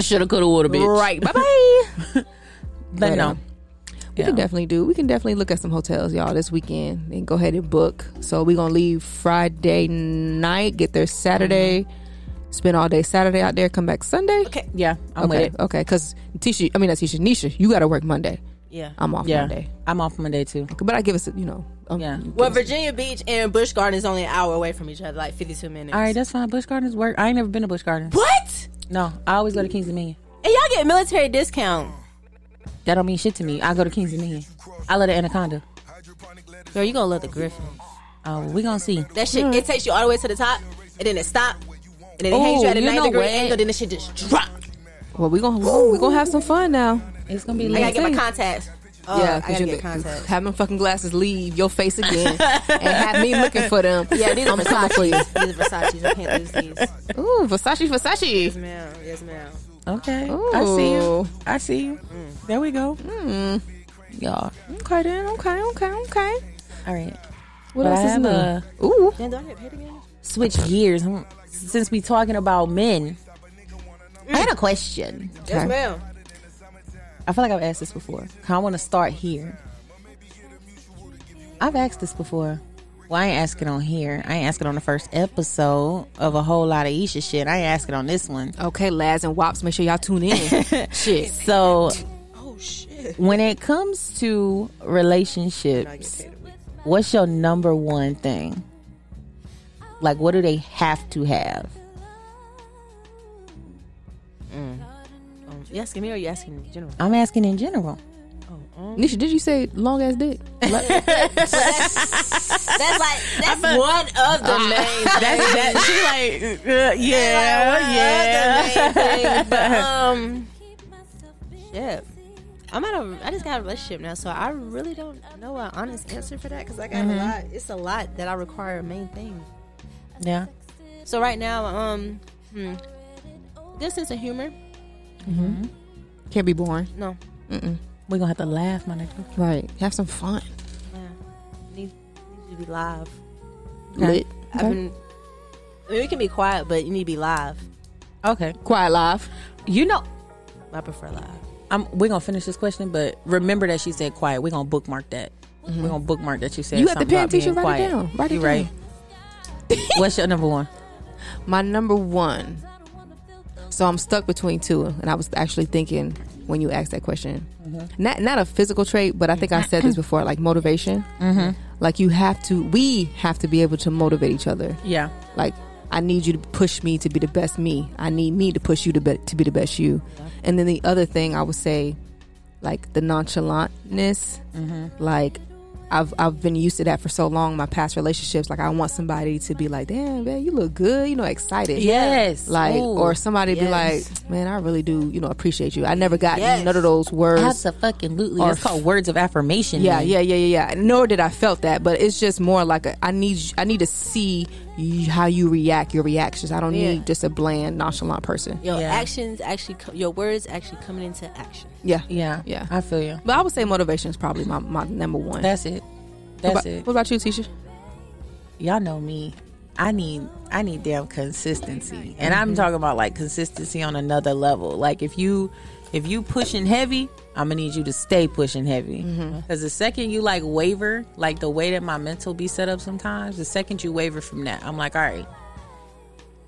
shoulda, coulda, woulda, bitch. Right. Bye bye. But But, no. um, We Yeah. can definitely do. We can definitely look at some hotels, y'all, this weekend and go ahead and book. So we're gonna leave Friday night, get there Saturday, spend all day Saturday out there, come back Sunday. Mm-hmm. Okay. Yeah, I'm okay, with it. okay. Because Tisha, I mean not Tisha, Nisha, you gotta work Monday. Yeah. I'm off Yeah, Monday, I'm off Monday too. but I give us, you know, um, Yeah. Well, Virginia Beach and Busch Garden is only an hour away from each other, like 52 minutes. All right, that's fine. Bush Gardens work. I ain't never been to Bush Gardens. What? No, I always go to Kings Dominion. And y'all get military discount. That don't mean shit to me. I go to Kings Dominion. I love the Anaconda. Girl, you gonna love the Griffin. Oh, we gonna see. That shit, it takes you all the way to the top, and then it stop, and then it hangs Oh, you at a you 90 know degree what? angle, then the shit just drop. Well, we gonna we gonna have some fun now. Uh, It's gonna be I lit. gotta get my see. contacts. Oh, yeah, I because gotta you get contacts. having fucking glasses leave your face again and have me looking for them. Yeah, these are I'm coming for you. Versace's. These are Versace's. I can't lose these. Yes, Ooh, Versace, Versace. ma'am. Yes, ma'am. Okay, I see you. Ooh. Mm. I see you. There we go. Y'all. Okay then. Okay. Okay. Okay. All right. What But I else is have new? a- Ooh. Then do I get paid again? Switch gears. Hmm. Since we talking about men, I had a question. Yes, ma'am. I feel like I've asked this before. I want to start here. I've asked this before. Well, I ain't ask it on here. I ain't ask it on the first episode of a whole lot of Isha shit. I ain't ask it on this one. Okay, lads and wops, make sure y'all tune in. Shit. So Oh, shit. when it comes to relationships, what's your number one thing? Like, what do they have to have? Um, you asking me or you asking in general? I'm asking in general. Nisha, did you say long ass dick? That's like, that's one of the main That's that. She like, uh, yeah, yeah. but um, shit. I'm out of. I just got a relationship now, so I really don't know an honest answer for that because I got Mm-hmm. a lot. It's a lot that I require a main thing. yeah. So right now, um, hmm, good sense of humor. Can't be boring. No, We're gonna have to laugh, my nigga. Right. Have some fun. yeah, need, need to be live. Lit. I've been. I mean, we can be quiet, but you need to be live. Okay. Quiet live. You know, I prefer live. I'm, we're gonna finish this question, but remember that she said quiet. We're gonna bookmark that. We're gonna bookmark that you said. You at the something pen, about being teacher, write quiet. it down. Write it You right. What's your number one? My number one. So I'm stuck between two, and I was actually thinking when you asked that question, not not a physical trait, but I think I said this before, like motivation. Mm-hmm. Like you have to, we have to be able to motivate each other. Yeah. Like I need you to push me to be the best me. I need me to push you to be, to be the best you. And then the other thing I would say, like the nonchalantness, like. I've, I've been used to that for so long. My past relationships, like I want somebody to be like, "Damn, man, you look good," you know, excited Yes. like Ooh. or somebody be yes. like man i really do you know appreciate you i never got Yes. none of those words absolutely. or- That's called words of affirmation. yeah man. yeah yeah yeah yeah nor did i felt that but it's just more like a, i need i need to see you, how you react your reactions i don't Yeah. need just a bland nonchalant person Your Yeah. actions actually, co- your words actually coming into action. yeah Yeah. Yeah. I feel you. but i would say motivation is probably my, my number one That's it. what That's about, it. what about you tisha y'all know me. I need I need damn consistency. And I'm talking about like consistency on another level. Like if you if you pushing heavy, I'm gonna need you to stay pushing heavy. Cause the second you like waver, like the way that my mental be set up sometimes, the second you waver from that, I'm like, all right.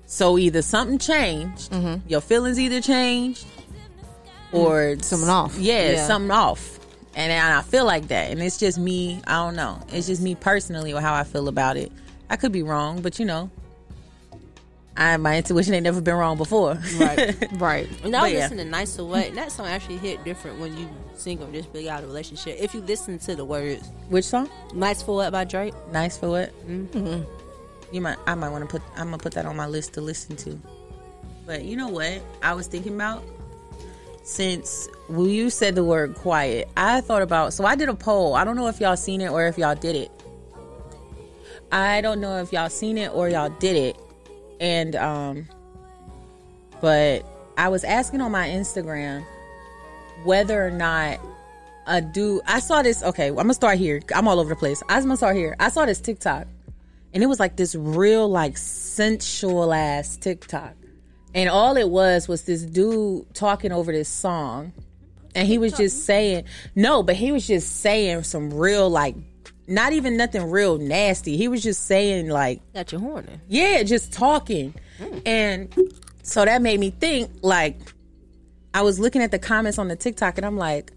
So either something changed, Mm-hmm. your feelings either changed, or Something Mm. off. Yeah, Yeah. something off. And, and I feel like that. And it's just me, I don't know. It's just me personally or how I feel about it. I could be wrong, but you know, I my intuition ain't never been wrong before. right right And I But was yeah. listening to Nice Away, and that song actually hit different when you sing them just be out of a relationship. If you listen to the words, Which song? Nice for What by Drake, Nice for what? Mm-hmm. You might I might want to put I'm gonna put that on my list to listen to. But you know what? I was thinking about since well, you said the word quiet, I thought about so I did a poll. I don't know if y'all seen it or if y'all did it. I don't know if y'all seen it or y'all did it. And um but I was asking on my Instagram whether or not a dude I saw this okay, I'm gonna start here. I'm all over the place. I'm gonna start here. I saw this TikTok and it was like this real like sensual ass TikTok. and all it was was this dude talking over this song, and he was just saying no, but he was just saying some real like, not even nothing real nasty. He was just saying like Got your horn in. yeah, just talking. Mm. And so that made me think like I was looking at the comments on the TikTok and I'm like,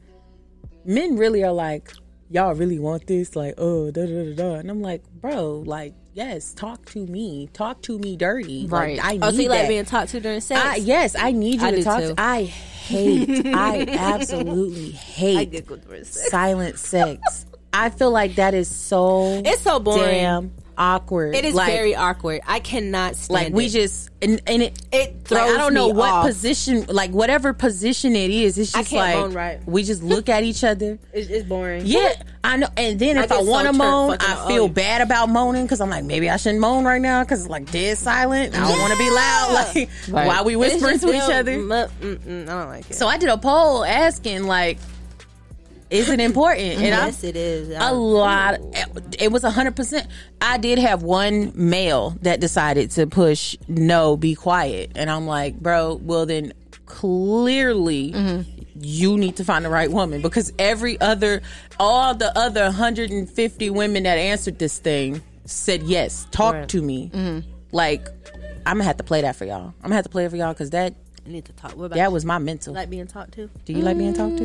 men really are like, y'all really want this? Like, oh, da da da da. And I'm like, bro, like, yes, talk to me. Talk to me dirty. Like, Right. I need Oh, so you like that. being talked to during sex? I, yes, I need you I to do talk. too. To, I hate. I absolutely hate I giggled during sex. silent sex. I feel like that is so. It's so boring. Damn awkward. It is Like, very awkward. I cannot stand like we it. just and, and it It like, throws I don't know me what off. position like whatever position it is. It's I just can't like moan right. we just look at each other. It's, it's boring. Yeah, I know. And then I if I, get so want to turned moan, fucking Oh, I on. feel bad about moaning because I'm like maybe I shouldn't moan right now because it's like dead silent. I don't want to be loud. Like Right. why we It's whispering just to each them- other? mm, uh, mm, mm, I don't like it. So I did a poll asking like, is it important? And I Mm-hmm. yes, it is. a I- lot it was 100% i did have one male that decided to push no be quiet and i'm like bro well then clearly you need to find the right woman because every other all the other 150 women that answered this thing said yes talk Right. to me like i'm gonna have to play that for y'all i'm gonna have to play it for y'all because that I need to talk. What about that was my mental you? like being talked to? do you like being talked mm.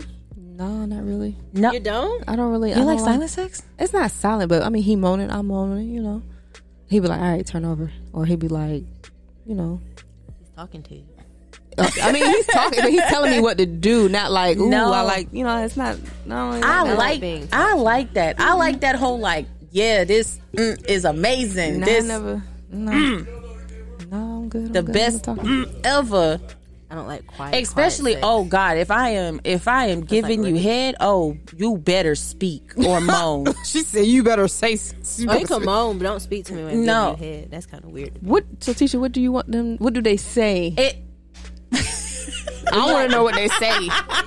to No, not really. no You don't? I don't really. I you don't like silent sex It's not silent, but I mean, he moaning, I'm moaning. You know, he'd be like, "All right, turn over," or he'd be like, "You know." He's talking to you. Uh, I mean, he's talking, but he's telling me what to do, not like, "Ooh, No. I like." You know, it's not. No, it's I not that. like being- I like that. I Mm-hmm. like that whole like, yeah, this mm, is amazing. Nah, I this never. No, no, I'm good. I'm the good. I'm best talking. mm, ever. I don't like quiet. Especially, quiet sex. oh God, if I am if I am giving you really- head, oh, you better speak or moan. She said, "You better say." s- you Oh, you better can say- moan, but don't speak to me when No. I'm giving you head. That's kind of weird. What? So, Tisha, what do you want them? What do they say? It I want to know what they say.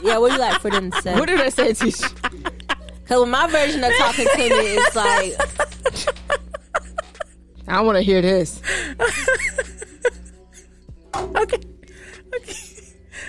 Yeah, what do you like for them to say? what do they say, Tisha? Because when my version of talking to me is like, I want to hear this. okay. Okay.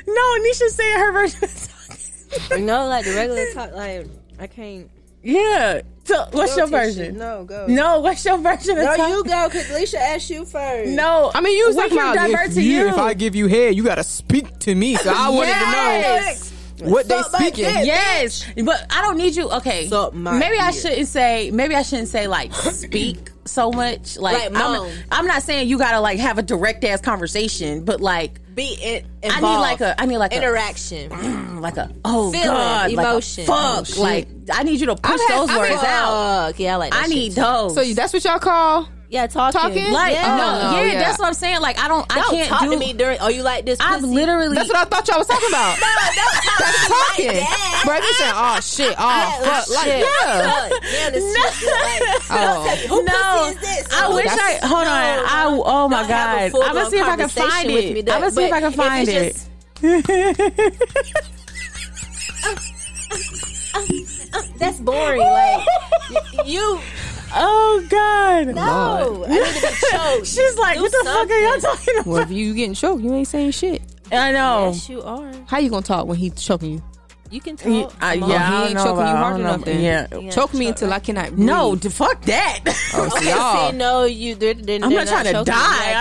No, Nisha said her version of you know, like the regular talk, like, I can't. Yeah. So what's your Tisha, version? No. No, go. what's your version of No, talk- you go, because Alicia asked you first. No. I mean, you was we talking can about divert if, to you, you. if I give you head, you gotta speak to me. So I Yes. wanted to know what they Suck my speaking. dick. Yes, but I don't need you. Okay, Suck my maybe I dick. shouldn't say. Maybe I shouldn't say like speak so much. Like, Like, I'm, moan. I'm not saying you gotta like have a direct ass conversation, but like Be in, I involved. need like a I need like interaction. a like a oh Feeling, god like a emotion. Oh, fuck Emotion. like I need you to push had- those I've words had- out. Fuck. Yeah, I like that I need those. So that's what y'all call? Yeah, talking. uh, Talking? like no, yeah. no, yeah, Oh, yeah. that's what I'm saying. Like I don't I Don't can't talk do. to me during. Oh, you like this? I've pussy? literally That's what I thought y'all was talking about. that's talking. that. Bro, if you saying, oh shit, oh Yeah, fuck, like, shit. yeah. Fuck. Yeah, this shit, like, Oh. who no, pussy is this? I Oh, wish I that's- hold on. I oh my Don't have a god. full-blown I'm gonna see if I can conversation find with me it. that- I'm gonna see if but I can if find it's it. just- That's boring. Like y- you. Oh God! No, I need to be choked. She's like, Do what the fuck are y'all talking about? Well, if you getting choked, you ain't saying shit. I know. Yes, you are. How you gonna talk when he choking you? You can Yeah, talk. I, yeah, Come I on. he don't ain't know choking about- you I hard don't know enough then. about- Yeah. Yeah, choke me until I cannot breathe. No, d- fuck that. Oh, so Okay, y'all- see, no, you. They're, they're, I'm not trying to die.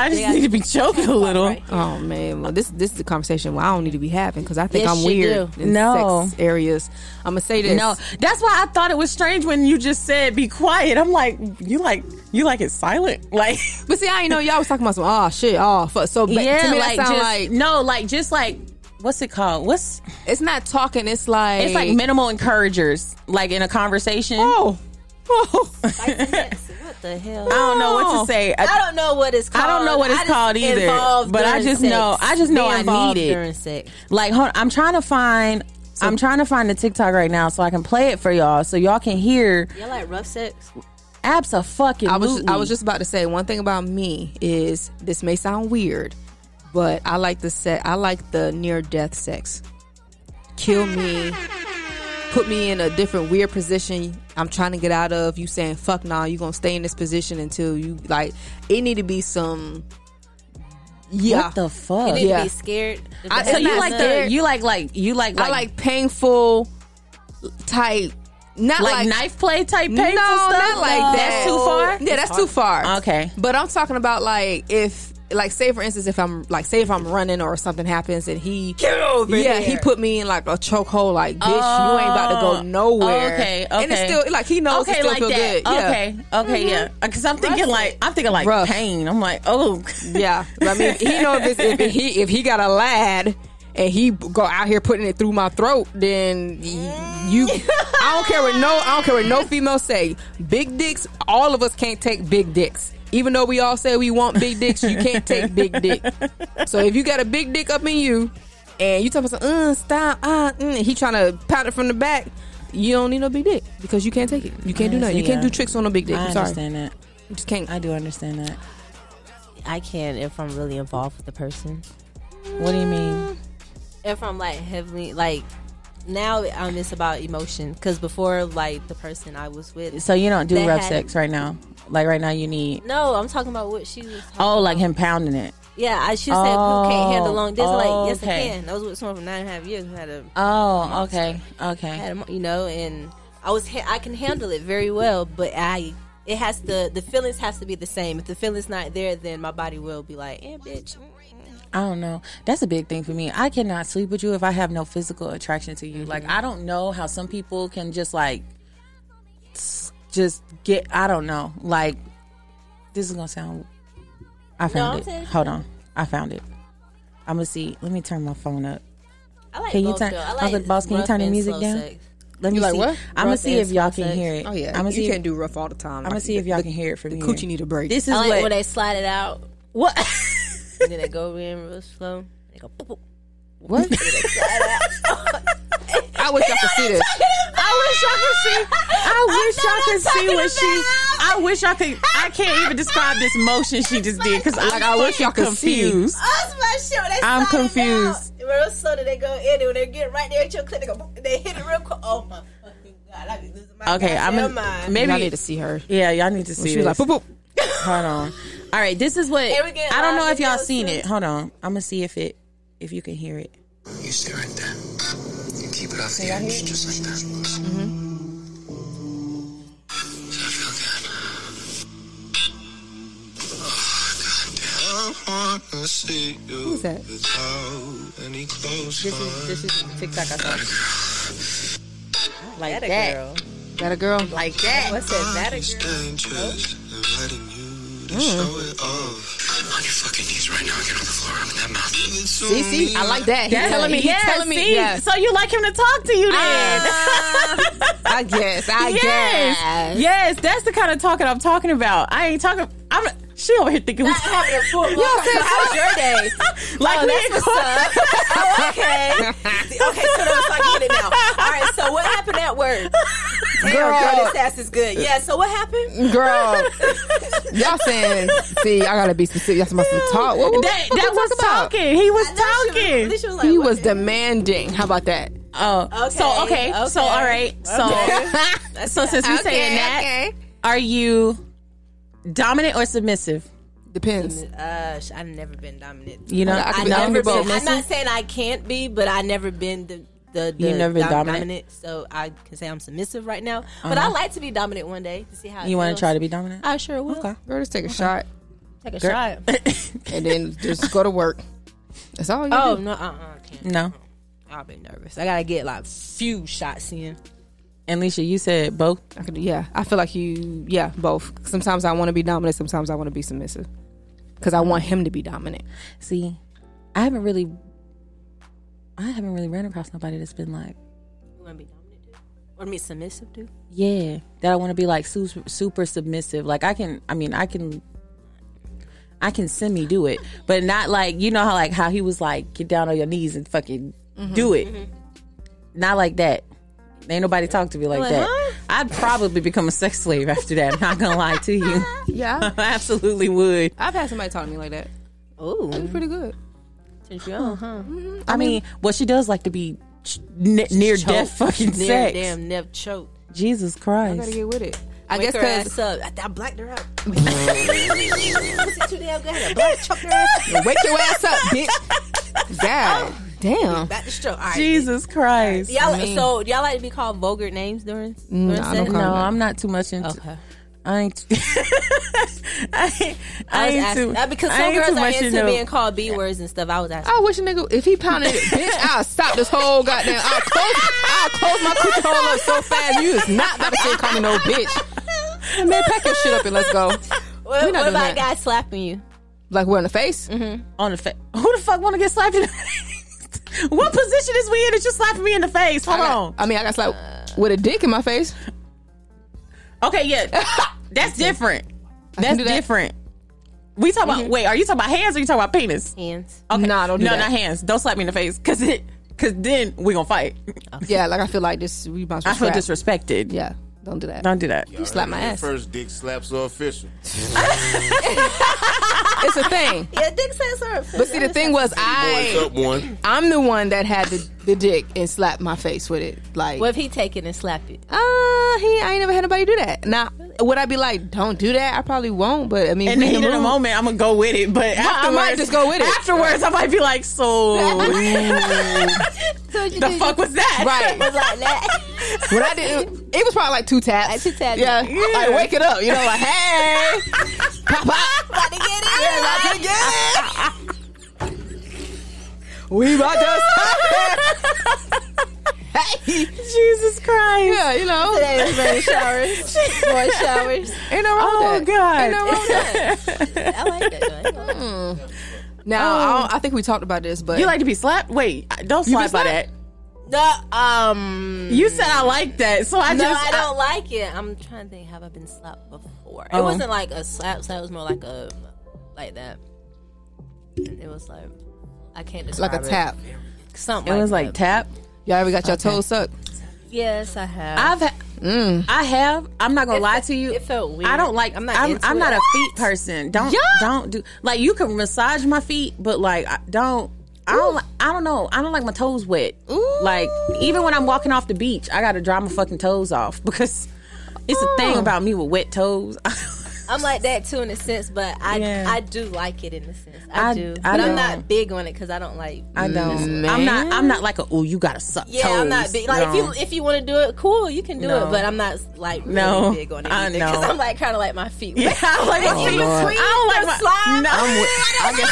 I just need to be choked a little. Right. Oh man, well this this is the conversation well, I don't need to be having because I think Yes, I'm you weird do. in No. sex areas. I'm gonna say this. No, that's why I thought it was strange when you just said be quiet. I'm like, you like you like it silent, like but see, I ain't know y'all was talking about some oh shit, oh fuck. So but to me that sound just, like no, like just like what's it called? What's it's not talking. It's like it's like minimal encouragers, like in a conversation. oh, oh. what the hell? I don't know what to say. Uh, I don't know what it's called. I don't know what it's I just called either, involved but I during just know- sex. I just know Be I involved need it. during sex. Like, hold on, I'm trying to find. I'm trying to find the TikTok right now so I can play it for y'all so y'all can hear You like rough sex? absa fucking. I was I was just about to say one thing about me is this may sound weird, but I like the set. I like the near death sex. Kill me, put me in a different weird position. I'm trying to get out of. You saying fuck nah, you gonna stay in this position until you like. It need to be some Yeah. What the fuck? You need Yeah. to be scared. I- so It's you not like the scary. you like like you like like I like painful type, not like, like, knife play type No, paper not stuff. like that. That's too far. Yeah, that's too far. Okay. but I'm talking about like if, like, say for instance, if I'm like, say if I'm running or something happens and he, yeah, he put me in like a chokehold, like, bitch, you ain't about to Oh, go nowhere. okay, and it's okay. still like he knows it Okay, still like feel that. good. Yeah. Mm-hmm. Okay, okay, yeah. Because I'm thinking like I'm thinking like Rough. pain. I'm like, oh, Yeah, I mean, he know if, it's, if he if he got a lad and he go out here putting it through my throat, then y- you. I don't care what no I don't care what no female say. Big dicks, all of us can't take big dicks. Even though we all say we want big dicks, you can't take big dick. So if you got a big dick up in you, and you talking about some, uh, stop, uh, mm, and he trying to pat it from the back, you don't need no big dick because you can't take it. You can't do nothing. You can't do tricks on no big dick. I I'm sorry, understand that. you just can't. I do understand that. I can if I'm really involved with the person. What do you mean? if I'm like heavily like now um it's about emotion because before like the person I was with So you don't do They rough had- sex right now? Like right now, you need no I'm talking about what she was talking oh, like about. him pounding it. yeah I she said who Oh, can't handle long distance like yes okay. I can I was with someone for nine and a half years who had a Oh, okay, okay. had a mo- you know and I was ha- I can handle it very well but I it has to the feelings has to be the same if the feelings not there then my body will be like eh bitch I don't know. That's a big thing for me. I cannot sleep with you if I have no physical attraction to you. Like I don't know how some people can just like s- just get. I don't know. Like this is gonna sound. I I'm found saying- it. Hold on. I found it. I'm gonna see. Let me turn my phone up. I like Can you both, turn- though. I I was like, like, boss, can you rough turn the and music slow down? sex. Let me You like see. what? I'm gonna Rough see if and y'all slow can sex. hear it. Oh yeah, I'm gonna see. you if- can't do rough all the time. I'm gonna see if y'all can hear it from the me. coochie need a break. This is I like what when they slide it out what and then they go in real slow they go boop, boop. What? I wish y'all could see this. I wish y'all could see. I wish y'all could see what she. I wish I could. I can't even describe this motion she just did because like I wish y'all could confused. That's my shit. When they I'm slide it confused. down, Real slow that they go in, and when they get right there at your clip, they go, boop, they hit it real quick. Oh my fucking god, I be losing my Okay, I'm goddamn gonna, mind. maybe. Y'all need to see her. yeah, y'all need to see. She was like, this. boop, boop. Hold on. All right, this is what And we get I don't know live if y'all videos, seen too. it. Hold on, I'm gonna see if it if you can hear it. You stay right there. You keep it off the edge, just like that. Mm-hmm. I feel good. Oh, God. I wanna see you Who's that? without any clothes This is this is TikTok. I saw. Like that, Got a girl. like that. What's that? It's dangerous, inviting you to show it off. On your fucking knees right now, get on the floor, I'm in that mouth. See, see, I like that. He's That's telling me. yes, he's telling me. Ah. see? Yes. So you like him to talk to you then? I guess. I yes, guess. yes. That's the kind of talking I'm talking about. I ain't talking. I'm. She over here Oh, thinking we having a full Yo, sis, How's your day? like we in court. oh, okay. Okay, so now it's like, get it now. All right, so what happened at work? Damn, girl, this ass is good. Yeah, so what Mm. happened? Girl, y'all saying, see, I gotta be specific. Y'all supposed to talk. What, what, That, what that we was talk about? talking. He was Alicia talking. was like, He what was the- demanding. How about that? Oh, so okay, Okay, so all right, so so since we saying that, are you dominant or submissive? Depends. Uh, sh- I've never been dominant. You know, I I could be never both. been, I'm not saying I can't be, but I never been the the, the You never been dominant? Uh-huh. so I can say I'm submissive right now. But I like to be dominant one day to see how it you want feels. to try to be dominant? I sure will. Okay. Girl, just take a shot Take a shot. and then just go to work. That's all you Oh do. no, uh, uh I can't. no, I'll be nervous. I gotta get like few shots in. and Alicia, you said both. I could, yeah, I feel like you. Yeah, both. Sometimes I want to be dominant. Sometimes I want to be submissive because I want him to be dominant. See, I haven't really, I haven't really ran across nobody that's been like, You wanna be dominant, dude? Or be submissive, dude? yeah, that I want to be like super, super submissive. Like I can, I mean, I can, I can semi do it, but not like you know how like how he was like get down on your knees and fucking do it. Not like that. Ain't nobody talk to me like Like, that. huh? I'd probably become a sex slave after that. I'm not gonna lie to you. Yeah, I absolutely would. I've had somebody talk to me like that. Oh, Pretty good. Uh-huh. I, mean, well, she does like to be ch- ne- near death fucking near sex. damn nev choke. Jesus Christ. Gotta get with it. I Wake guess her ass because up. I, I blacked her out. Pussy too damn good. I blacked, choked her ass out. wake your ass up, bitch. God damn. Back to stroke. All right. Jesus Christ. Y'all, so y'all like to be called vulgar names during? during I don't sex? call No, Right. I'm not too much into. Oh, Okay. I ain't. I ain't. I I was ain't asking too. uh, because I some ain't too girls are much into into- being called B words and stuff. I was asking. I wish a nigga if he pounded it, bitch, I'll stop this whole goddamn. I'll close, I'll close my coochie hole up so fast. You is not about to say call me no bitch. Man, pack your shit up and let's go. What, we not what doing about that. guys slapping you? Like we're in the face. on the face. Who the fuck want to get slapped in the face? what position is we in that you slapping me in the face? Hold I, got- on. I mean, I got slapped with a dick in my face. Okay, yeah, that's different. That's do that. different. We talk about wait. Are you talking about hands or you talking about penis? Hands. Okay. Nah, don't do no, that. not hands. Don't slap me in the face because it because then we gonna fight. Yeah, like I feel like this. We bounce. I feel disrespected. Oh, Yeah, don't do that. Don't do that. slap my ass. First dick slaps are official. It's a thing. Yeah, dick says are. But see, the thing was, Boys I up one. I'm the one that had the, the dick and slapped my face with it. Like, What if he take it and slap it? ah, he I ain't never had nobody do that. Now, would I be like, don't do that? I probably won't. But I mean, In the we heat of the room- moment, I'm gonna go with it. But I afterwards, might just go with it. Afterwards, I might be like, so the fuck was that? Right. like that. When I didn't, it was probably like two taps. Like two taps. Yeah. Yeah. Like, wake it up. You know, like, hey, pop up. About to get it. We about to stop it. Jesus Christ. Yeah, you know, Today was rain showers, boy showers. ain't no wrong Oh with that. God. Ain't no wrong with that. I like that. Though. Now, I, don't- I think we talked about this, but You like to be slapped? Wait, don't You be slap by that. slapped? No, um, You said I like that, so I no, just I don't like it. I'm trying to think. Have I been slapped before? It wasn't like a slap. Slap it was more like a like that. And it was like I can't describe like a it. tap. Something. It was like that. tap. Y'all ever got your toes sucked? Yes, I I've have. ha- I have. I'm not gonna lie to you. it felt weird. I don't like. I'm I'm not not. I'm, into it. not a feet person. Don't don't do like you can massage my feet, but like I don't. I don't. li- I don't know. I don't like my toes wet. Like even when I'm walking off the beach, I gotta dry my fucking toes off because it's a thing about me with wet toes. I'm like that too in a sense, but I Yeah. I do like it in a sense. I, I- do, I but I'm don't. not big on it because I don't like. I don't. I'm not. I'm not like a. Oh, you gotta suck yeah, toes. I'm not big. Like No. if you if you want to do it, cool, you can do No. it. But I'm not like really No. big on I it know. because I'm like kind of like my feet. Yeah, I don't like my If feet. you I squeeze don't like the my slime, No. I'm with, I guess,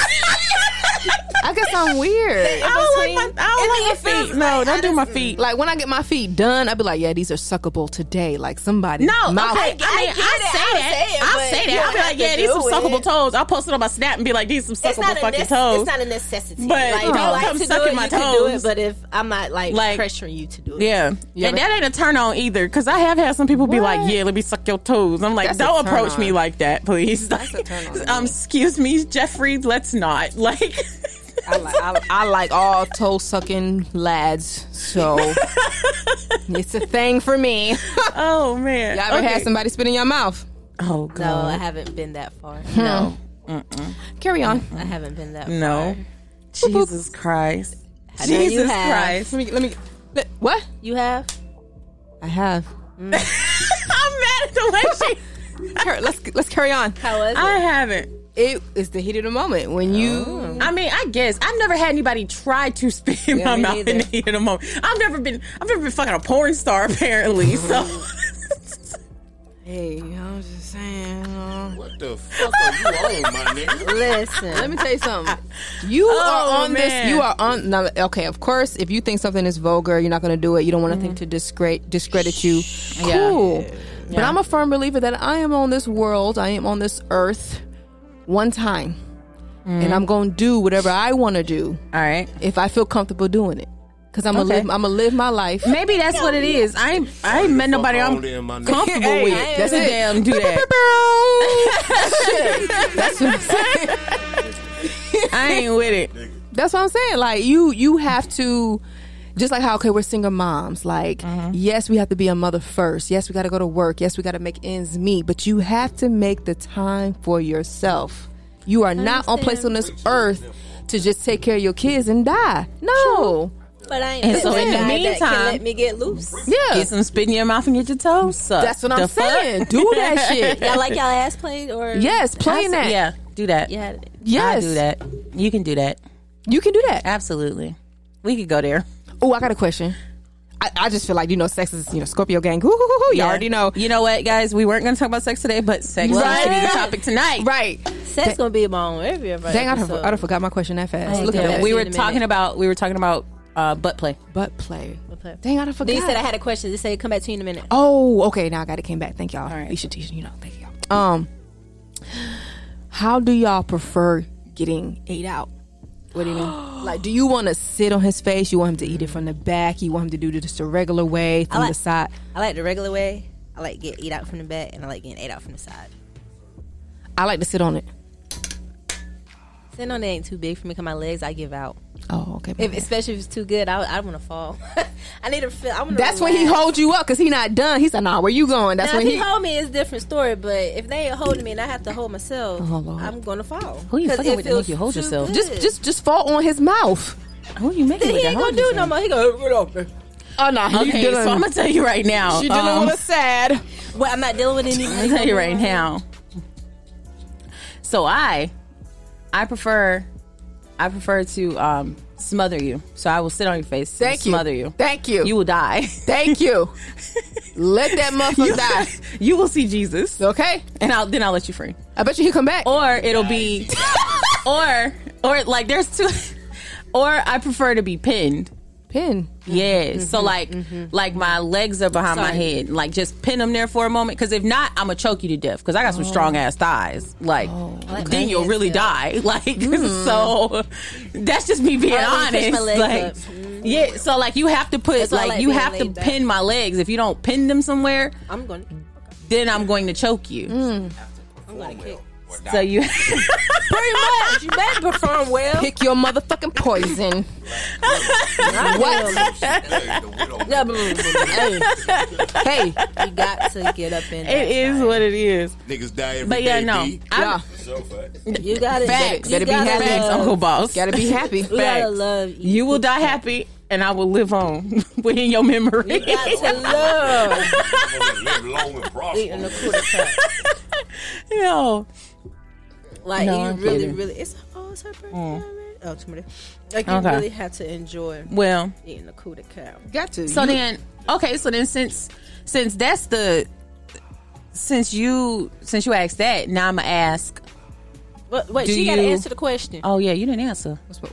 I guess I'm weird. I don't like my. I It don't like my feels feet. No, don't do my feet. Like when I get my feet done, I'd be like, yeah, these are suckable today. Like somebody. No, mouth- okay. I, mean, I, I get it. say I'll that. say it, I but say you that. I'll be don't like, have yeah, to these some do suckable it. toes. I'll post it on my snap and be like, these some It's suckable not, a fucking nec- toes. it's not a necessity. But like, if you don't like come to sucking do it, my you Can do toes. it, but if I'm not like, Like- pressuring you to do it, yeah. and but- that ain't a turn on either, because I have had some people be like, "Yeah, let me suck your toes." I'm like, That's a "Don't turn approach on. me like that, please." That's a Like, turn on. um, excuse me, Jeffrey. Let's not. Like, I like, I, I like all toe sucking lads, so it's a thing for me. Y'all oh man. ever Okay. had somebody spit in your mouth? Oh no, I god. haven't been that far. No. Carry on. I haven't been that. Hmm. No. far. Jesus Christ. I know you Jesus have. Christ. Let me. Let me. let- what? You have? I have. I'm mad at the way she. Car- let's let's carry on. How was it? I haven't. It is the heat of the moment when you. I mean, I guess I've never had anybody try to spit in my me mouth in the neither. heat of the moment. I've never been. I've never been fucking a porn star apparently. So Hey, I'm just saying. you know. What the fuck are you on, my nigga? Listen, Let me tell you something. You Oh, are on man. this. You are on. Now, okay, of course, if you think something is vulgar, you're not going to do it. You don't want anything Mm-hmm. to discredit discredit you. Cool. But I'm a firm believer that I am on this world. I am on this earth one time, Mm. and I'm going to do whatever I want to do all right, if I feel comfortable doing it. Because I'm gonna Okay. live. I'm gonna live my life. maybe that's what it is. I ain't. I ain't met nobody. Fuck I'm on there, my nigga. comfortable Hey, with. I ain't That's a really- damn do that. That's what I'm saying. I ain't with it. That's what I'm saying. Like you, you have to. Just like how okay, we're single moms. Like Mm-hmm. yes, we have to be a mother first. Yes, we got to go to work. Yes, we got to make ends meet. But you have to make the time for yourself. You are not on place on this earth to just take care of your kids and die. No, But I ain't And met so in the nobody that can meantime- let me get loose. Yeah, Get some spit in your mouth and get your toes sucked. that's what I'm The fuck? saying. Do that shit. Y'all like y'all ass played or Yes, playing that. Yeah, do that. Yeah, I Yes, do that. You can do that. you can do that. Absolutely. We could go there. Oh, I got a question. I, I just feel like you know, sex is you know Scorpio gang. Hoo, hoo, hoo, hoo. You Yeah. already know, You know what, guys? We weren't going to talk about sex today, but sex is Right. going to be the topic tonight. right? sex gonna be a bone every every Dang, I'd have, episode. I'd have forgot my question that fast. ain't Look doing at that. that. We in a were minute. talking about we were talking about uh, butt play. Butt play. play. Dang, I'd have forgot. They said I had a question. They said come back to you in a minute. Oh, okay. Now I got it. Came back. Thank y'all. all You should teach. You know. Thank y'all. Um, how do y'all prefer getting ate out? What do you mean? like, do you want to sit on his face? You want him to eat it from the back? You want him to do it just a regular way from like- the side? I like the regular way. I like get eat out from the back, and I like getting ate out from the side. I like to sit on it. Sitting on it ain't too big for me because my legs I give out. Oh, okay. If, especially if it's too good, I I want to fall. I need to feel. I want. That's when he holds you up because he not done. He's like, nah, where you going? That's Now, if when he he. hold me, it's a different story. But if they ain't holding me and I have to hold myself, Oh, Lord. I'm gonna fall. Who you 'Cause fucking it with to make feels you hold too yourself? good. Just, just, just fall on his mouth. Who you making then he with ain't that gonna do holiday? no more. He go. "Get off me." Oh no, he Okay, so I'm gonna tell you right now. she dealing um, with a sad. Well, I'm not dealing with any. I'm gonna tell you right now. So I, I prefer, I prefer to um, smother you. So I will sit on your face, and Thank you. smother you. Thank you. You will die. Thank you. Let that motherfucker die. you will see Jesus, Okay. and I'll then I'll let you free. I bet you he come back. Or it'll be, or or like there's two, or I prefer to be pinned. Pin. Yeah. So like like my legs are behind my Mm-hmm. Sorry. head. Like just pin them there for a moment. Because if not, I'm gonna choke you to death. Because I got Oh. some strong ass thighs. Like then you'll really die. Like Mm-hmm. so. That's just me being let me honest. push my legs like. up. Mm-hmm. Yeah, so like you have to put That's why I like, like you being have to laid back. pin my legs. If you don't pin them somewhere, I'm gonna. then I'm going to choke you. Mm. I'm gonna kick. So you Pretty much. You better perform well. Pick your motherfucking poison. what? Yeah, blah, blah, blah, blah. hey, Hey, you got to get up in. it is what it is. Niggas die every But yeah, day, no. D. I You got to Facts. You Better be gotta happy. love- Uncle Boss. gotta be happy. You gotta Facts. love. You will die happy, and I will live on within your memory. You got to love. live long and Eating prosper. the quarter cup. Yo, Like No, you I'm really, kidding. Mm. really. It's oh, it's her birthday. man. Oh, too many. Like you Okay. really have to enjoy well, eating the coup de cow. Got to. so then okay, so then since since that's the since you since you asked that, now I'ma ask. But wait, Do she got to you- answer the question. Oh yeah, you didn't answer. yeah,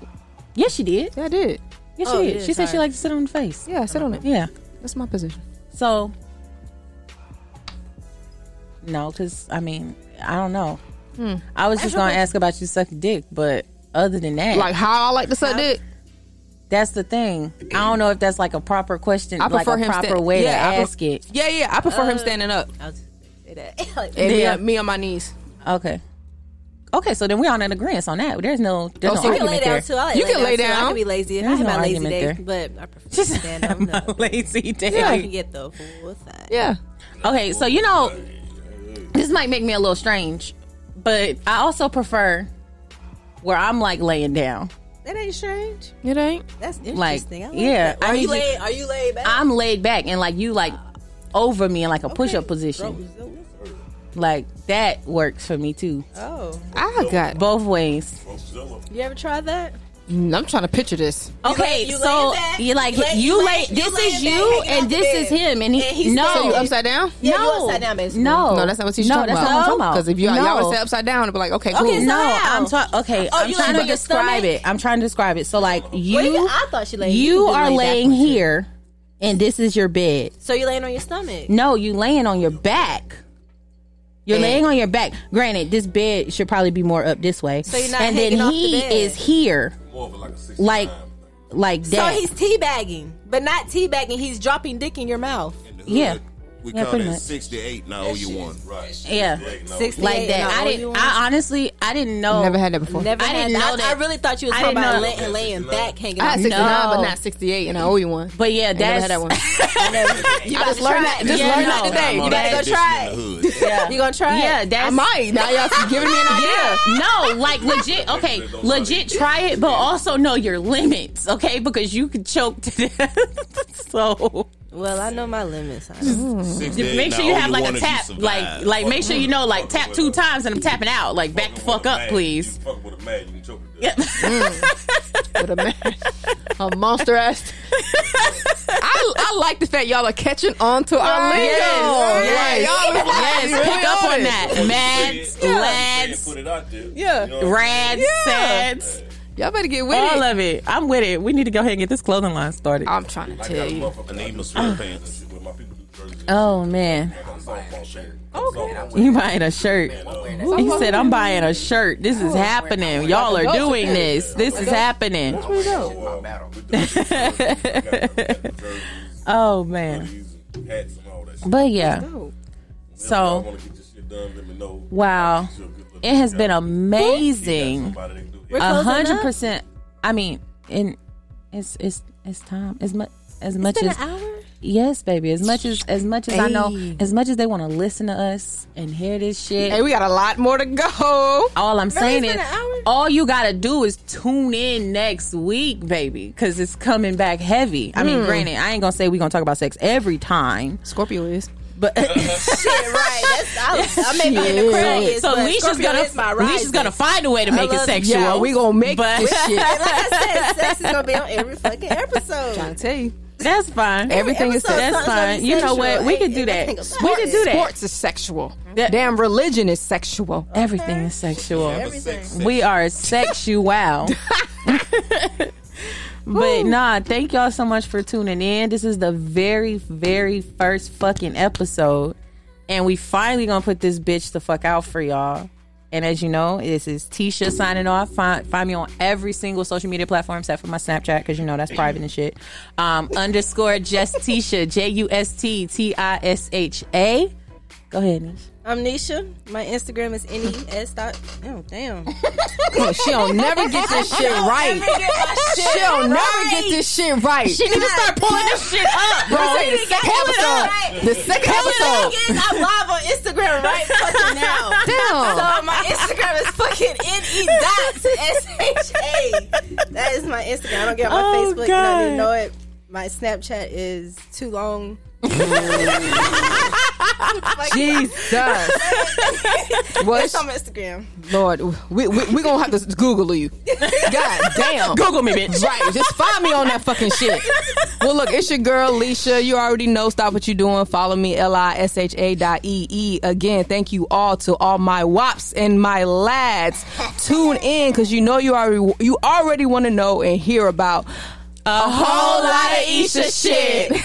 Yes, she did. I did. Yes, Oh, she did. yeah, she said she sorry. liked to sit on the face. Yeah, sit on it. Yeah. That's my position. So no, because I mean I don't know. Hmm. I was just gonna ask about you sucking dick, but other than that, Like how I like to suck dick. that's the thing. I don't know if that's like a proper question, I like prefer a him proper sta- way yeah, to I pref- ask it. Yeah, yeah. I prefer him standing up. I was just gonna say that. Like, Uh, And me Yeah. on- me, on my knees. Okay. Okay, so then we're all in agreement on that. There's no, there's Oh, no so you I can argument lay down there. too. I like You can lay too. I down. can be lazy. and I There's have no my lazy argument days, but I prefer to stand up. No. no lazy day. I can get the full thing. Yeah. Okay, so you know, this might make me a little strange, but I also prefer where I'm like laying down. That ain't strange. It ain't. That's interesting. Like, I like yeah, That. Are I need you you- laid? Are you laid back? I'm laid back and like you like over me in like a push up position. Like that works for me too. Oh, I got. Both ways. you ever tried that? I'm trying to picture this. Okay, lay- you so laying back? you like You lay- you you lay. lay- This you is laying you back, hanging and off this the is bed. him and he, And he's no. standing. So you upside down? Yeah, you no, upside down, basically. no, Oh. No, that's not what she's no, talking that's about. not what I'm talking about. Because if you y'all No. would say upside down, it'd be like, okay, cool. Okay, No, so- how? I'm talking. Okay, Oh, I'm you trying lay to on your describe stomach? it. I'm trying to describe it. So, like you, Well, you- I thought she laid. you can be are laid laying backwards, too. here, and this is your bed. So you laying on your stomach. No, you laying on your back. You're laying on your back. Granted, this bed should probably be more up this way. So you're not and then hanging off the he bed. is here, More of a, like a 69 like, like So that. he's teabagging, but not teabagging. He's dropping dick in your mouth. in the hood. yeah, we Yeah, call pretty that much. 68 and I owe you one. Right. Yeah. Great, no. Like that. I didn't. I honestly, I didn't know. Never had that before. Never I had didn't know I, that. I really thought you was I talking didn't about know. lay, laying back, hanging I out. had 69, No. but not 68, and I owe you E one. But yeah, I never that's had that one. You just learned that. Just Yeah, learned no. that today. I'm You on gotta that go edition in try. it. the hood. Yeah. You gonna try Yeah, it? that's I might. Now y'all giving me an idea. Yeah, no, like legit. Okay, legit. Try it, but also know your limits. Okay, because you could choke to death. so Well, I know my limits. I know. 68 make and I sure you owe have like one a if you tap, survive. like like make sure you know like tap two times and I'm tapping out. Like back the fuck up, please. You fuck with a man, you can choke to death. With a man, a monster ass. I, I like the fact y'all are catching on to our lingo. Yes. Like, y'all is Yes, like, pick up on that. Say Mads, it, lads, Put it out there. Yeah. You know what I'm rads, sads, Y'all better get with all it. of it. I'm with it. We need to go ahead and get this clothing line started. I'm trying to I got tell a you. motherfucker I named need my Miss sweatpants. Where my people do Jersey. Oh man, I got a softball shirt. you buying a shirt? He said, "I'm buying a shirt. This is happening. Y'all are doing this. This is happening." Oh man. Hats and all that shit. But yeah. I So want to get this shit done. Let me know. wow, it has been amazing. A Closing hundred up? percent. I mean, and it's it's it's time as much as much Been as an hour. yes, baby. As much as as much as I know, Hey. as much as they want to listen to us and hear this shit. Hey, we got a lot more to go. all I'm saying it's is, been an hour? all you gotta do is tune in next week, baby, because it's coming back heavy. I Mm. mean, granted, I ain't gonna say we gonna talk about sex every time, Scorpio is. but Shit, right. That's, I, was, I may be in the craze, so but Leisha's Scorpio gonna is my Leisha's rising. gonna find a way to make it love- sexual. Yeah, we gonna make but this shit. Like I said, sex is gonna be on every fucking I episode. tell you, that's fine. everything is episode, that's something's gonna fine. be You know what? sexual. We could Ain't- do ain't that. nothing about We could do that. Sports is sexual. That- Damn, religion is sexual. Everything is sexual. Everything. We are sexual. But nah, thank y'all so much for tuning in. This is the very, very first fucking episode. And we finally gonna put this bitch the fuck out for y'all. And as you know, this is Tisha signing off. Find, find me on every single social media platform except for my Snapchat because you know that's private and shit. Um, underscore just Tisha, J U S T T I S H A. Go ahead, Nish. I'm Nisha. My Instagram is nes. dot- Oh damn. she'll never get this shit right. She'll never get this shit right. She need to start pulling this shit up, bro. Bro, the second episode. The second episode. I'm live on Instagram right fucking now. Damn. So my Instagram is fucking ne dot s h a. That is my Instagram. I don't get on my Oh, Facebook. You don't God. even know it. My Snapchat is too long. Jesus. What? It's on my Instagram. Lord, we we, we gonna have to Google you. God damn. Google me, bitch. Right, just find me on that fucking shit. Well, look, it's your girl, Leisha. You already know. Stop what you doing. Follow me, L I S H A dot E E. Again, thank you all to all my wops and my lads. Tune in because you know you already you already want to know and hear about a whole lot of Isha shit.